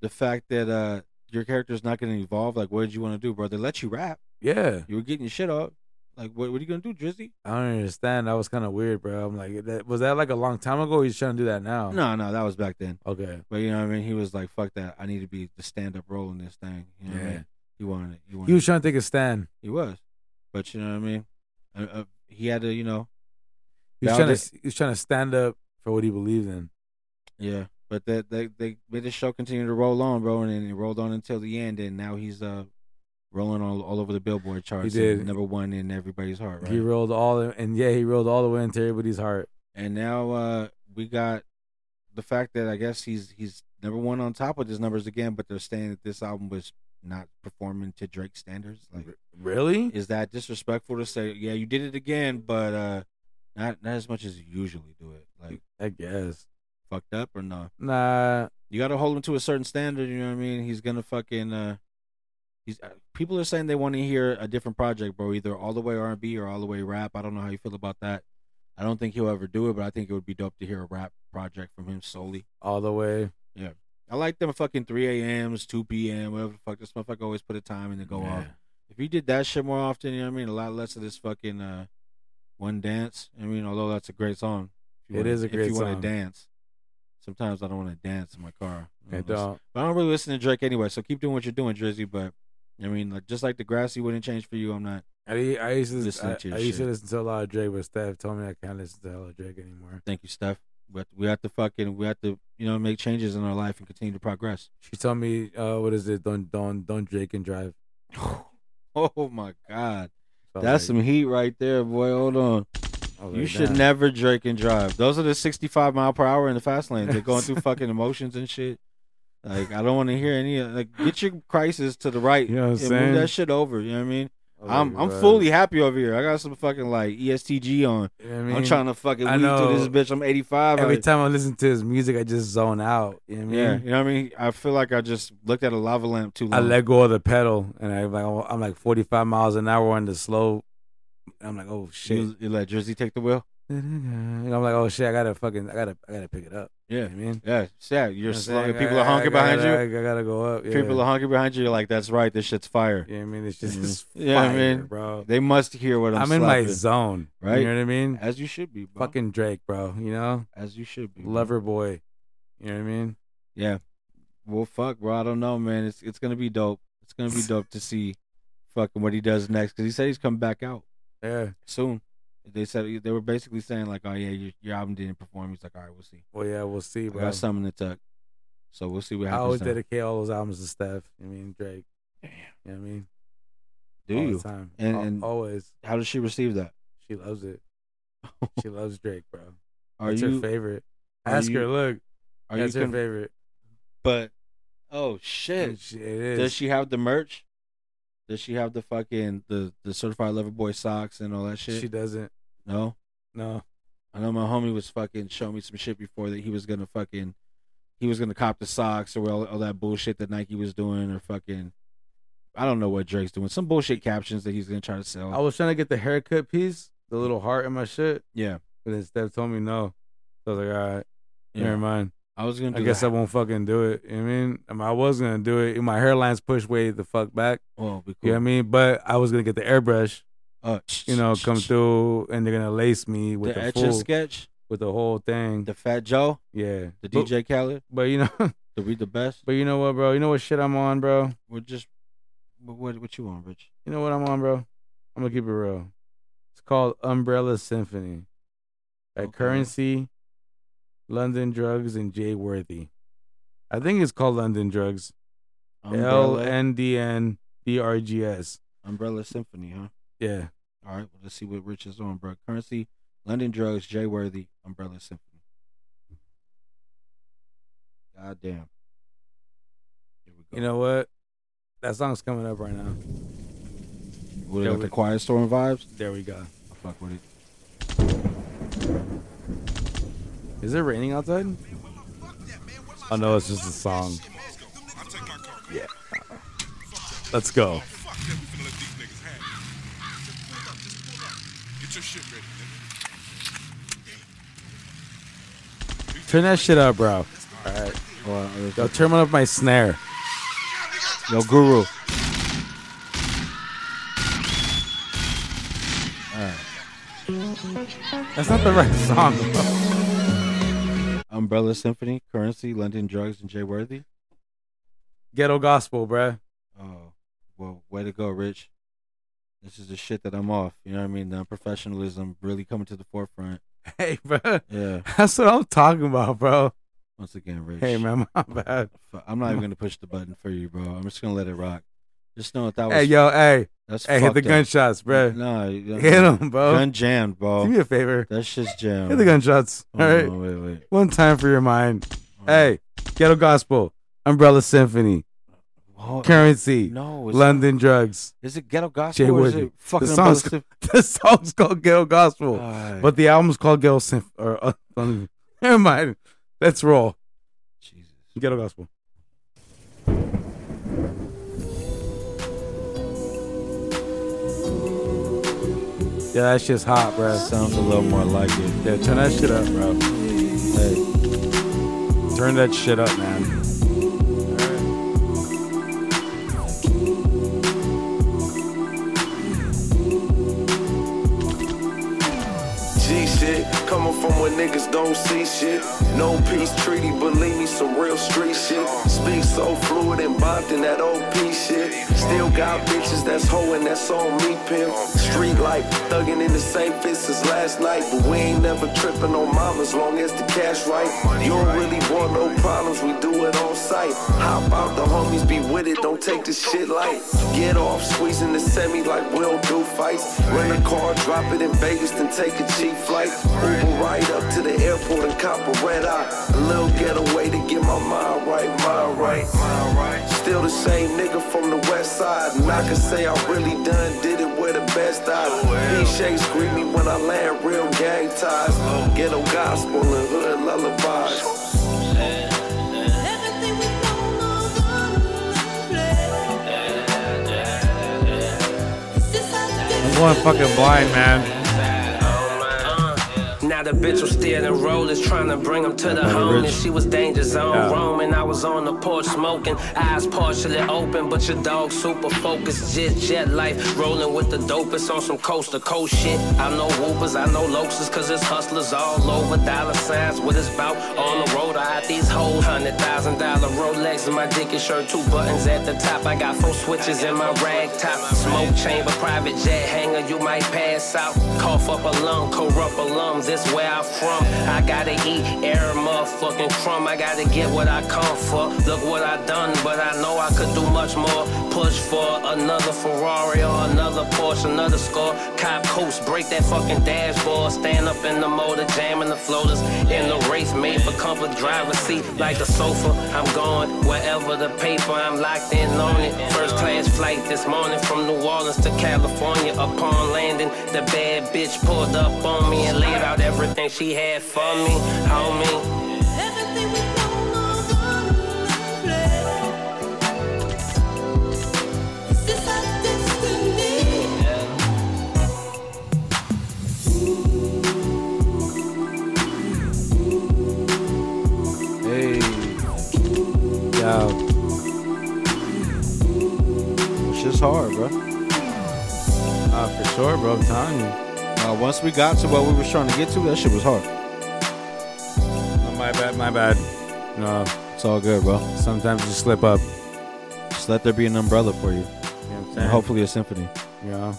the fact that uh your character is not going to evolve, like, what did you want to do, bro? They let you rap. Yeah, You were getting your shit up. Like, what, what are you going to do, Drizzy? I don't understand. That was kind of weird, bro. I'm like, that, was that like a long time ago? Or he's trying to do that now. No, no, that was back then. Okay. But you know what I mean? He was like, fuck that. I need to be the stand up role in this thing. You know what I Yeah. mean? He wanted it. He wanted He it. was trying to take a stand. He was, but you know what I mean. Uh, uh, he had to, you know, He was Now trying to. He was trying to stand up for what he believed in. yeah. But that they they made the show continue to roll on, bro, and then it rolled on until the end, and now he's uh rolling all all over the Billboard charts. He did. and number one in everybody's heart, right? He rolled all the- and yeah, he rolled all the way into everybody's heart. and now uh we got the fact that I guess he's he's number one on top of his numbers again, but they're saying that this album was not performing to Drake standards. Like, Really? is that disrespectful to say? Yeah, you did it again, but uh not not as much as you usually do it. Like, I guess. fucked up or no? Nah. you got to hold him to a certain standard. You know what I mean? He's gonna fucking. Uh, he's uh, people are saying they want to hear a different project, bro. Either all the way R and B or all the way rap. I don't know how you feel about that. I don't think he'll ever do it, but I think it would be dope to hear a rap project from him solely. All the way. I like them fucking three a.m.s, two p.m., whatever the fuck. This motherfucker always put a time in to go off. Yeah. If he did that shit more often, you know what I mean. A lot less of this fucking uh, one dance. I mean, although that's a great song. If you It wanna- is a great If you song. want to dance, sometimes I don't want to dance in my car. I You know, don't. but I don't really listen to Drake anyway, so keep doing what you're doing, Drizzy. But I mean, like just like the grassy wouldn't change for you, I'm not. I, I used to Listening I, to your I used to shit. listen to a lot of Drake, but Steph told me I can't listen to a lot of Drake anymore. Thank you, Steph. But we have to fucking we have to you know make changes in our life and continue to progress. She told me, uh, what is it? Don't don't don't Drake and drive. oh my God, So I was that's like, some heat right there, boy. Hold on, I was you like, should "Damn." never Drake and drive. Those are the 65 mile per hour in the fast lane. They're going through fucking emotions and shit. Like I don't want to hear any of- like get your crisis to the right You know what I'm and saying? move that shit over. You know what I mean? I was I'm like, I'm "Bruh." fully happy over here. I got some fucking like E ESTG on. You know what I mean? I'm trying to fucking I weed through know. this bitch. I'm 85. Every I- time I listen to his music, I just zone out. You know what I mean? Yeah, you know what I mean. I feel like I just looked at a lava lamp too I long. let go of the pedal, and I like I'm like 45 miles an hour on the slow. I'm like, oh shit. you, you let Jersey take the wheel. And I'm like, oh shit, I gotta fucking, I gotta, I gotta pick it up. Yeah, You know what I mean? yeah, yeah. You're You know slow. what I'm saying? people I- are honking I- I behind you. gotta- I, gotta go up. Yeah. People are honking behind you. You're like, that's right. This shit's fire. You know what I mean? It's just Mhm. it's fire, Yeah, I mean, bro. They must hear what I'm. I'm, in my slapping. zone, right? You know what I mean? as you should be, bro. Fucking Drake, bro. You know, as you should be. bro. lover boy. You know what I mean? Yeah. Well, fuck, bro. I don't know, man. It's it's gonna be dope. It's gonna be dope to see, fucking what he does next. Cause he said he's coming back out. Yeah. soon. They said they were basically saying like, "Oh yeah, your, your album didn't perform." He's like, "All right, we'll see. Well, yeah, we'll see, We bro. got something to tuck." So we'll see what I happens. always now. dedicate all those albums to Steph. I mean, Drake. You know what I mean? Do all you? The time. And- Al- and- always. How does she receive that? She loves it. She loves Drake, bro. Are it's her you? favorite. are Ask her. you- Look, Are you? that's her Con- favorite. but oh shit! She- It is. Does she have the merch? Does she have the fucking the the certified lover boy socks and all that shit? She doesn't. no. No. I know my homie was fucking showing me some shit before that he was gonna fucking he was gonna cop the socks or all, all that bullshit that Nike was doing or fucking I don't know what Drake's doing. Some bullshit captions that he's gonna try to sell. I was trying to get the haircut piece, Mm. the little heart in my shit, yeah, but then Steph told me no. So I was like, all right, yeah. never mind. I was gonna. I Do guess I that. won't fucking do it. You know what I mean, I, mean, I was gonna do it. My hairline's pushed way the fuck back. Oh, be You know what I cool. mean? But I was gonna get the airbrush, Uh, you know, come through, and they're gonna lace me the with the, etch full, sketch, with the whole thing. the Fat Joe, yeah, the But- DJ Khaled, But, you know, the Read the Best. but you know what, bro? You know what shit I'm on, bro? We're just what what, what you want, Rich? You know what I'm on, bro? I'm gonna keep it real. It's called Umbrella Symphony. By Okay. Currency, London Drugs, and Jay Worthy. I think it's called London Drugs. L Umbrella, N D N D R G S. Umbrella Symphony, huh? Yeah. All right, well, let's see what Rich is on, bro. Currency, London Drugs, Jay Worthy, Umbrella Symphony. God damn. Here we go. You know what? That song's coming up right now. what yeah, got the we- Quiet Storm vibes? There we go. I fuck with it. Is it raining outside? Oh no, it's just a song. Yeah. Let's go. Turn that shit up, bro. Hold on, let's- Yo, turn up my snare. Yo, Guru. All right. That's not the right song. Bro. Umbrella Symphony, Currency, London Drugs, and Jay Worthy. Ghetto gospel, bro. Oh, well, way to go, Rich. This is the shit that I'm off. You know what I mean? The professionalism really coming to the forefront. Hey, bro. Yeah. That's what I'm talking about, bro. Once again, Rich. Hey, man, my bad. Fu- I'm not even gonna push the button for you, bro. I'm just gonna let it rock. Just know that, that was Hey, yo, hey, that's hey, hit the fucked up. gunshots, bro. Nah, you- Hit them, bro. Gun jammed, Do bro. me a favor. That shit's jammed. Hit the gunshots. Hold All on, right. wait, wait. One time for your mind. Hold Hey, Ghetto Gospel, Umbrella Symphony, on. Hold- Currency, No, it's London Drugs. Is it ghetto gospel? Jay or is Woody. it fucking The umbrella song's- sym- The song's called Ghetto Gospel, Alright. but the album's called Ghetto Symphony. Or, uh, um, never mind. Let's roll. Jesus. Ghetto Gospel. Yeah, that shit's hot, bro. Sounds a little more like it. Yeah, turn that shit up, bro. Hey, Turn that shit up, man. G shit, coming from where niggas don't see shit. No peace treaty, believe me, some real street shit. Speak so fluid and bopped in that OP shit. Still got bitches that's hoeing, that's on me, pimp. Street life, thugging in the same fits since last night. But we ain't never tripping on mama as long as the cash right. You don't really want no problems, we do it on sight. Hop out, the homies be with it, don't take this shit light. Get off, squeezing the semi like we don't do fights. Rent a car, drop it in Vegas, then take a cheap flight. Uber right up to the airport and cop a red eye. A little getaway to get my mind right, mind right. Still the same nigga from the west side. And I can say I really done did it with the best I. P-Shake scream me when I land real gang ties. Ghetto gospel and hood lullabies. Everything we don't know is I'm going fucking blind, man. Now the bitch was stealing rollers, trying to bring him to the home. And she was danger zone Yeah. roaming. I was on the porch smoking, eyes partially open, but your dog super focused. Jet jet life, rolling with the dopest on some coast to coast shit. I know whoopers, I know loxes, cause it's hustlers all over. Dollar signs, what it's about on the road. I had these hoes, hundred thousand dollar Rolex in my dicky shirt, two buttons at the top. I got four switches in my rag top, smoke chamber, private jet hanger. You might pass out, cough up a lung, corrupt alums. It's that's where I'm from. I gotta eat every motherfucking crumb. I gotta get what I come for. Look what I done, but I know I could do much more. Push for another Ferrari or another Porsche, another score. Cop coast, break that fucking dashboard. Stand up in the motor, jamming the floaters. In the race, made for comfort, driver seat like a sofa. I'm going wherever the paper, I'm locked in on it. First class flight this morning from New Orleans to California. Upon landing, the bad bitch pulled up on me and laid out everything she had for me, homie. Everything we know knows on This is our destiny. Hey, Yo, shit's hard, bro. uh, for sure, bro. I'm telling you. Uh, once we got to what we was trying to get to, that shit was hard. Oh, my bad, my bad. No, It's all good, bro. sometimes you slip up. Just let there be an umbrella for you, You know what I'm and saying? hopefully a symphony You know?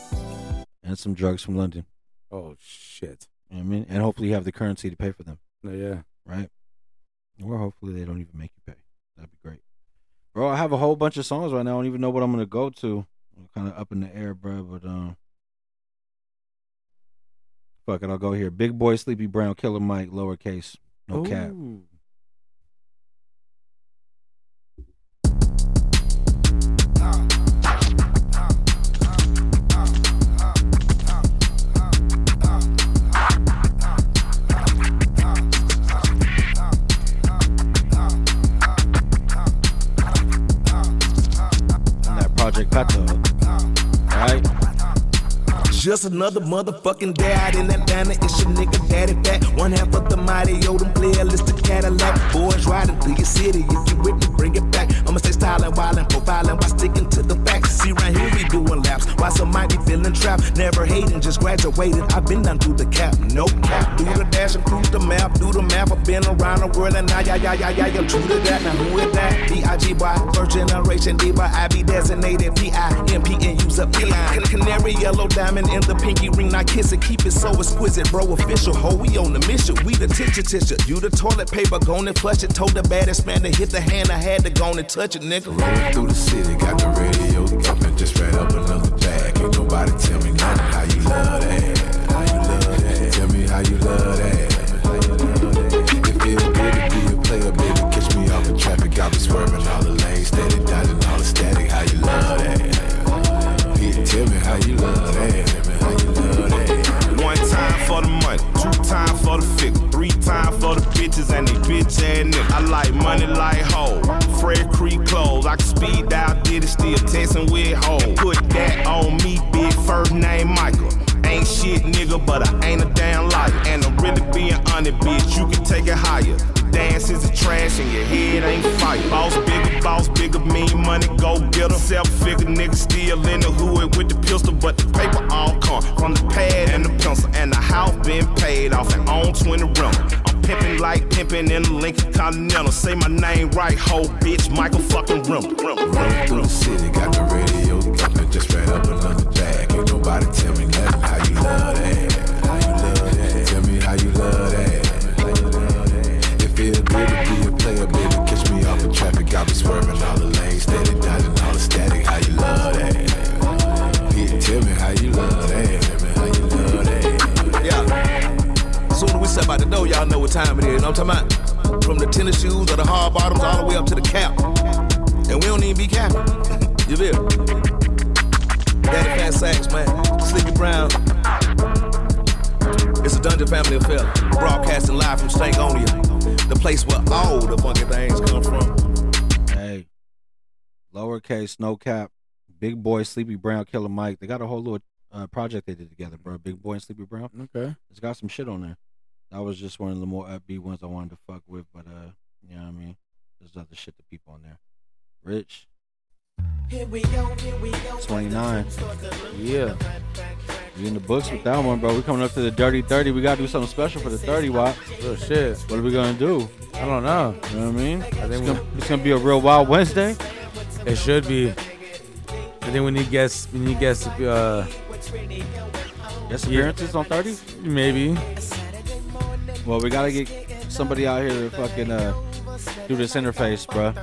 and some drugs from London. Oh, shit. You know what I mean, and hopefully you have the currency to pay for them, No, yeah. right? Or hopefully they don't even make you pay. That'd be great, bro. I have a whole bunch of songs right now. I don't even know what I'm gonna go to. I'm kind of up in the air, bro. But um, fuck it, I'll go here. Big boy, Sleepy Brown, Killer Mike, lowercase, no cap. Ooh. And that Project Pato. Right? Just another motherfucking day out in Atlanta. It's your nigga daddy back. One half of the mighty Odom playlist, the Cadillac. Boys riding through your city. If you with me, bring it back. I'ma stay styling, wildin', profiling while sticking to the facts. See, right here we doing laps. Why some might be feeling trapped? Never hating, just graduated. I've been down through the cap. No cap. Do the dash and cruise the map. Do the map. I've been around the world and now, yeah, yeah, yeah, yeah, yeah. True to that. Now, who is that? D.I.G. boy. First generation D boy. I be designated P.I.M.P. and use a P-line. Canary yellow diamond in the pinky ring. I kiss it. Keep it so exquisite, bro. Official. Ho, we on the mission. We the tissue tissue. You the toilet paper. Gone and flush it. Told the baddest man to hit the hand. I had to go on and touch it, nigga. Rolling through the city, got the radio jumping, just ran up another bag. Can't nobody tell me nothing. How you love that? How you love that? Tell me how you love that. How you love that? It feel good to be a player, baby. Catch me off in traffic, I be swerving all the lanes, steady dodging all the static. How you love that? Yeah, tell me how you love that. Tell me how you love that. One time for the money, two time for the fix, three time for the bitches and they bitch ass niggas. I like money like hoe, Fred Creek clothes. I can speed dial, did it still texting with hoe. Put that on me, big first name Michael. Ain't shit nigga, but I ain't a damn liar. And I'm really being honest, bitch. You can take it higher. Dance is a trash and your head ain't fire. Boss bigger, boss bigger, mean money, go get her. Self figure nigga still in the hood with the pistol, but the paper all come from the pad and the pencil. And the house been paid off and on 20 rim. I'm pimping like pimping in the Lincoln Continental. Say my name right, whole bitch, Michael fucking Rim. Running through the city, got the radio jumping, just ran up another bag. Can't nobody tell me nothing. How you love that? How you love that? Tell me how you love that. How you love that? It feel good to be a player, baby. Catch me off in traffic, I be swerving all the lanes, steady dodging all the static. How you love that? Yeah, tell me how you love that. Tell me how you love that. Yeah. Soon as we step out the door, y'all know what time it is. You know what I'm talking about? From the tennis shoes or the hard bottoms all the way up to the cap. And we don't even be capping. you feel? me? Daddy Fat Sacks, man. Sleepy Brown. It's a Dungeon Family affair. Broadcasting live from Stankonia. The place where all the funky things come from. Hey, lowercase, no cap, big boy, Sleepy Brown, Killer Mike. They got a whole little uh, project they did together, bro. Big boy and Sleepy Brown. Okay. It's got some shit on there. That was just one of the more upbeat ones I wanted to fuck with, but uh, you know what I mean. There's other shit to peep on there. Rich, Here we go, here we go. 29. Yeah. We in the books with that one, bro. We coming up to the dirty thirty. We gotta do something special for the thirty watt. Real shit. What are we gonna do? I don't know. You know what I mean? I It's think gonna, it's gonna be a real wild Wednesday. we, it should be. I think we need guests. We need guests. Uh, Guest appearances on thirty. maybe. Well, we gotta get somebody out here to fucking uh, do this interface, bruh.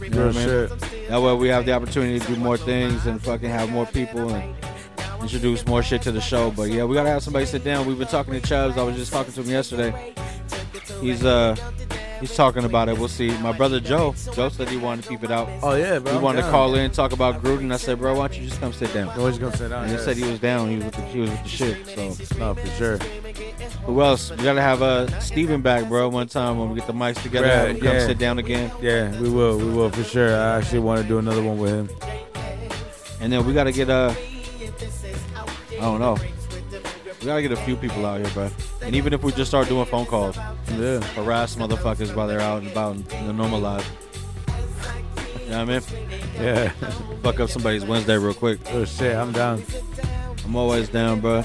You know what I mean? That way we have the opportunity to do more things and fucking have more people and introduce more shit to the show. But yeah, we gotta have somebody sit down. We've been talking to Chubbs. I was just talking to him yesterday. He's uh he's talking about it. We'll see. My brother Joe. Joe said he wanted to keep it out. Oh yeah, bro. He I'm wanted to down. call in, talk about Gruden. I said, bro, why don't you just come sit down? Yo, he's gonna sit down. And he Yeah. said he was down. He was with the, he was with the shit. So no, for sure. who else? We gotta have uh Steven back, bro. One time when we get the mics together, Right, have him come yeah. sit down again. Yeah, we will. We will for sure. I actually want to do another one with him. And then we gotta get uh I don't know. We gotta get a few people out here, bro. And even if we just start doing phone calls, Yeah. harass motherfuckers while they're out and about in the normal life. You know what I Yeah. mean? Fuck up somebody's Wednesday real quick. oh shit, I'm down. I'm always down, bro.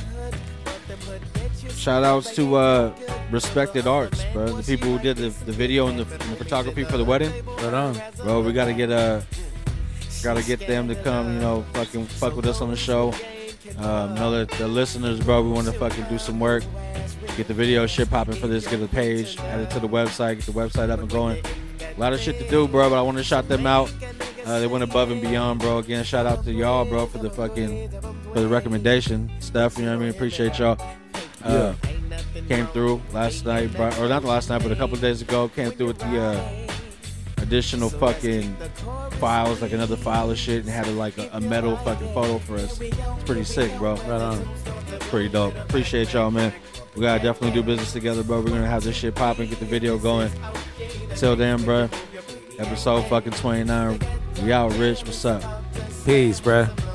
Shout outs to uh, Respected Arts, bro. The people who did the, the video and the, and the photography for the wedding. Right on. Bro, we gotta get uh gotta get them to come, you know, fucking fuck with us on the show. Um know that the listeners, bro, we wanna fucking do some work. Get the video shit popping for this, get a page, add it to the website, get the website up and going. A lot of shit to do, bro, but I wanna shout them out. Uh, they went above and beyond, bro. Again, shout out to y'all, bro, for the fucking for the recommendation stuff. You know what I mean? Appreciate y'all. Uh, Came through last night, bro, or not last night, but a couple days ago. Came through with the uh, additional fucking files, like another file of shit, and had a, like a, a metal fucking photo for us. It's pretty sick, bro. Right on. Pretty dope. Appreciate y'all, man. We gotta definitely do business together, bro. We're gonna have this shit popping, get the video going. Till then, bro. Episode fucking 29. We out, Rich. What's up? Peace, bruh.